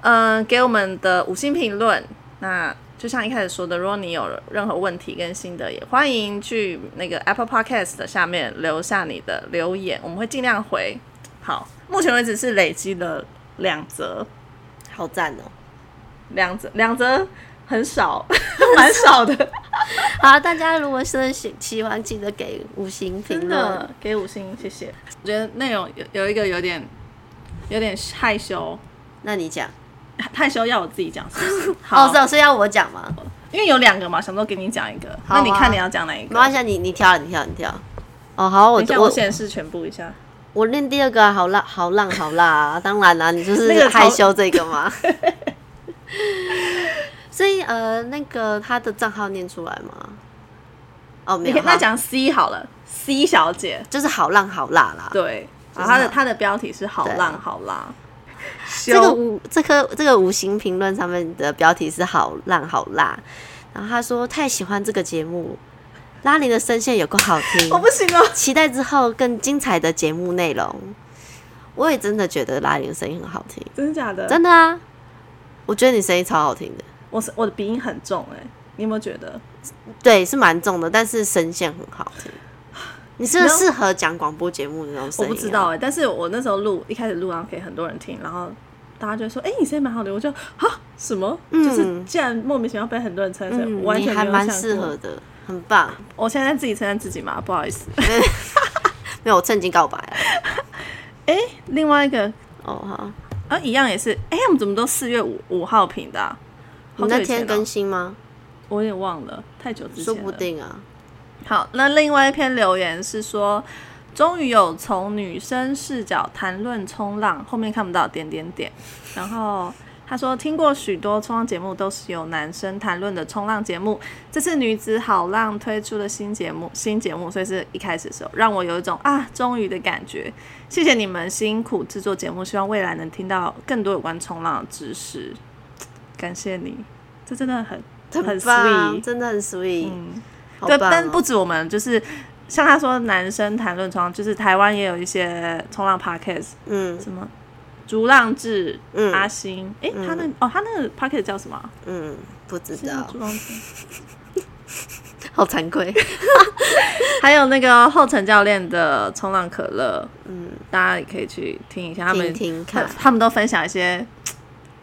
Speaker 1: 嗯、给我们的五星评论。那就像一开始说的，如果你有任何问题跟心得，也欢迎去那个 Apple Podcast 的下面留下你的留言，我们会尽量回。好，目前为止是累积了两则，
Speaker 2: 好赞哦、
Speaker 1: 两则，两则很少， 蛮少的，
Speaker 2: 好，大家如果是喜喜欢，记得给五星评
Speaker 1: 真
Speaker 2: 论
Speaker 1: 的。给五星，谢谢。我觉得内容有有一个有点有点害羞，
Speaker 2: 那你讲，
Speaker 1: 害羞要我自己讲，是 不是？
Speaker 2: 哦，
Speaker 1: 好，
Speaker 2: 是哦是要我讲吗？
Speaker 1: 因为有两个嘛，想说给你讲一个，
Speaker 2: 好
Speaker 1: 那
Speaker 2: 啊
Speaker 1: 你看你要讲哪一
Speaker 2: 没关
Speaker 1: 个？
Speaker 2: 系啊，你你挑啊，你挑，你挑。哦，好，我
Speaker 1: 等一下我
Speaker 2: 我
Speaker 1: 显示全部一下。
Speaker 2: 我念第二个啊，好浪好浪好辣啊！当然啦、你就
Speaker 1: 那
Speaker 2: 是
Speaker 1: 个超
Speaker 2: 害羞这个 嘛。所以呃，那个他的账号念出来吗？哦，
Speaker 1: 你
Speaker 2: 没有，
Speaker 1: 跟他
Speaker 2: 好
Speaker 1: 讲 C 好了，C 小姐，
Speaker 2: 就是好浪好辣啦。
Speaker 1: 对，
Speaker 2: 就
Speaker 1: 啊，
Speaker 2: 是
Speaker 1: 她的
Speaker 2: 好
Speaker 1: 她的标题是好
Speaker 2: 对啊
Speaker 1: 浪好浪，
Speaker 2: 这个
Speaker 1: 羞
Speaker 2: 五这颗这个五星评论上面的标题是“好浪好辣”，然后他说太喜欢这个节目，拉你的声线有够好听，
Speaker 1: 我不行哦了，
Speaker 2: 期待之后更精彩的节目内容。我也真的觉得拉你的声音很好听，
Speaker 1: 真的假的？
Speaker 2: 真的啊，我觉得你声音超好听的，
Speaker 1: 我是我的鼻音很重哎、你有没有觉得？
Speaker 2: 对，是蛮重的，但是声线很好听。你是不
Speaker 1: 没
Speaker 2: 是
Speaker 1: 有
Speaker 2: 适合讲广播节目的那种
Speaker 1: 我
Speaker 2: 声音、
Speaker 1: 不
Speaker 2: 啊？
Speaker 1: 知道哎、但是我那时候录一开始录，然后给很多人听，然后大家就说：“哎、你声音蛮好的。”我就啊什么？
Speaker 2: 嗯
Speaker 1: 就是竟然莫名其妙被很多人称赞，
Speaker 2: 嗯，
Speaker 1: 我完
Speaker 2: 你
Speaker 1: 全
Speaker 2: 还
Speaker 1: 没有
Speaker 2: 蛮
Speaker 1: 想
Speaker 2: 适
Speaker 1: 过
Speaker 2: 合。的，很棒。
Speaker 1: 我现在自己称赞自己嘛，不好意思。
Speaker 2: 没有，我趁机告白了。
Speaker 1: 另外一个
Speaker 2: 哦，好，
Speaker 1: 啊，一样也是，哎、我们怎么都四月五五号评的、啊？
Speaker 2: 你
Speaker 1: 好久
Speaker 2: 那
Speaker 1: 以前
Speaker 2: 天
Speaker 1: 哦
Speaker 2: 更新吗？
Speaker 1: 我也忘了，太久之前
Speaker 2: 说
Speaker 1: 了。
Speaker 2: 不定啊，
Speaker 1: 好，那另外一篇留言是说，终于有从女生视角谈论冲浪，后面看不到点点点。然后他说，听过许多冲浪节目都是由男生谈论的冲浪节目，这次女子好浪推出的新节目，新节目，所以是一开始的时候让我有一种啊终于的感觉。谢谢你们辛苦制作节目，希望未来能听到更多有关冲浪的知识。感谢你，这真的很很
Speaker 2: 棒
Speaker 1: sweet，
Speaker 2: 真的很 sweet，、
Speaker 1: 嗯。
Speaker 2: 好
Speaker 1: 对，
Speaker 2: 棒哦
Speaker 1: 但不止我们，就是像他说，男生谈论冲浪，就是台湾也有一些冲浪 podcast，
Speaker 2: 嗯
Speaker 1: 什么逐浪志、
Speaker 2: 嗯
Speaker 1: 阿星，诶，他那哦，他那个 podcast 叫什么啊？
Speaker 2: 嗯，不知
Speaker 1: 是叫
Speaker 2: 道
Speaker 1: 逐，浪志。
Speaker 2: 好惭愧，
Speaker 1: 还有那个后陈教练的冲浪可乐，嗯，大家也可以去听一下，他们
Speaker 2: 听听
Speaker 1: 他
Speaker 2: 看，
Speaker 1: 他们都分享一些。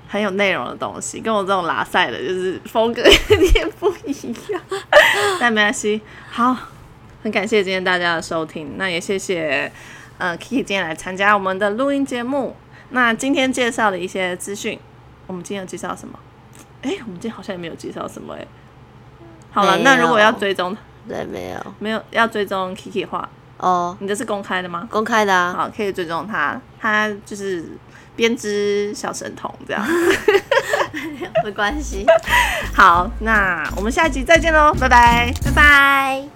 Speaker 1: 很有内容的东西，跟我这种拉塞的，就是风格有点不一样， 但没关系。好，很感谢今天大家的收听，那也谢谢呃 Kiki 今天来参加我们的录音节目。那今天介绍的一些资讯，我们今天有介绍什么？哎、我们今天好像也没有介绍什么哎、好了，
Speaker 2: 没
Speaker 1: 那如果要
Speaker 2: 有
Speaker 1: 追踪
Speaker 2: 对，没有
Speaker 1: 没有要追踪 Kiki 的话，
Speaker 2: 哦，
Speaker 1: 你的是公开的吗？
Speaker 2: 公开的啊，
Speaker 1: 好，可以追踪他，他就是编织小神童这样。
Speaker 2: 没关系，
Speaker 1: 好，那我们下一集再见喽，拜拜。
Speaker 2: 拜拜。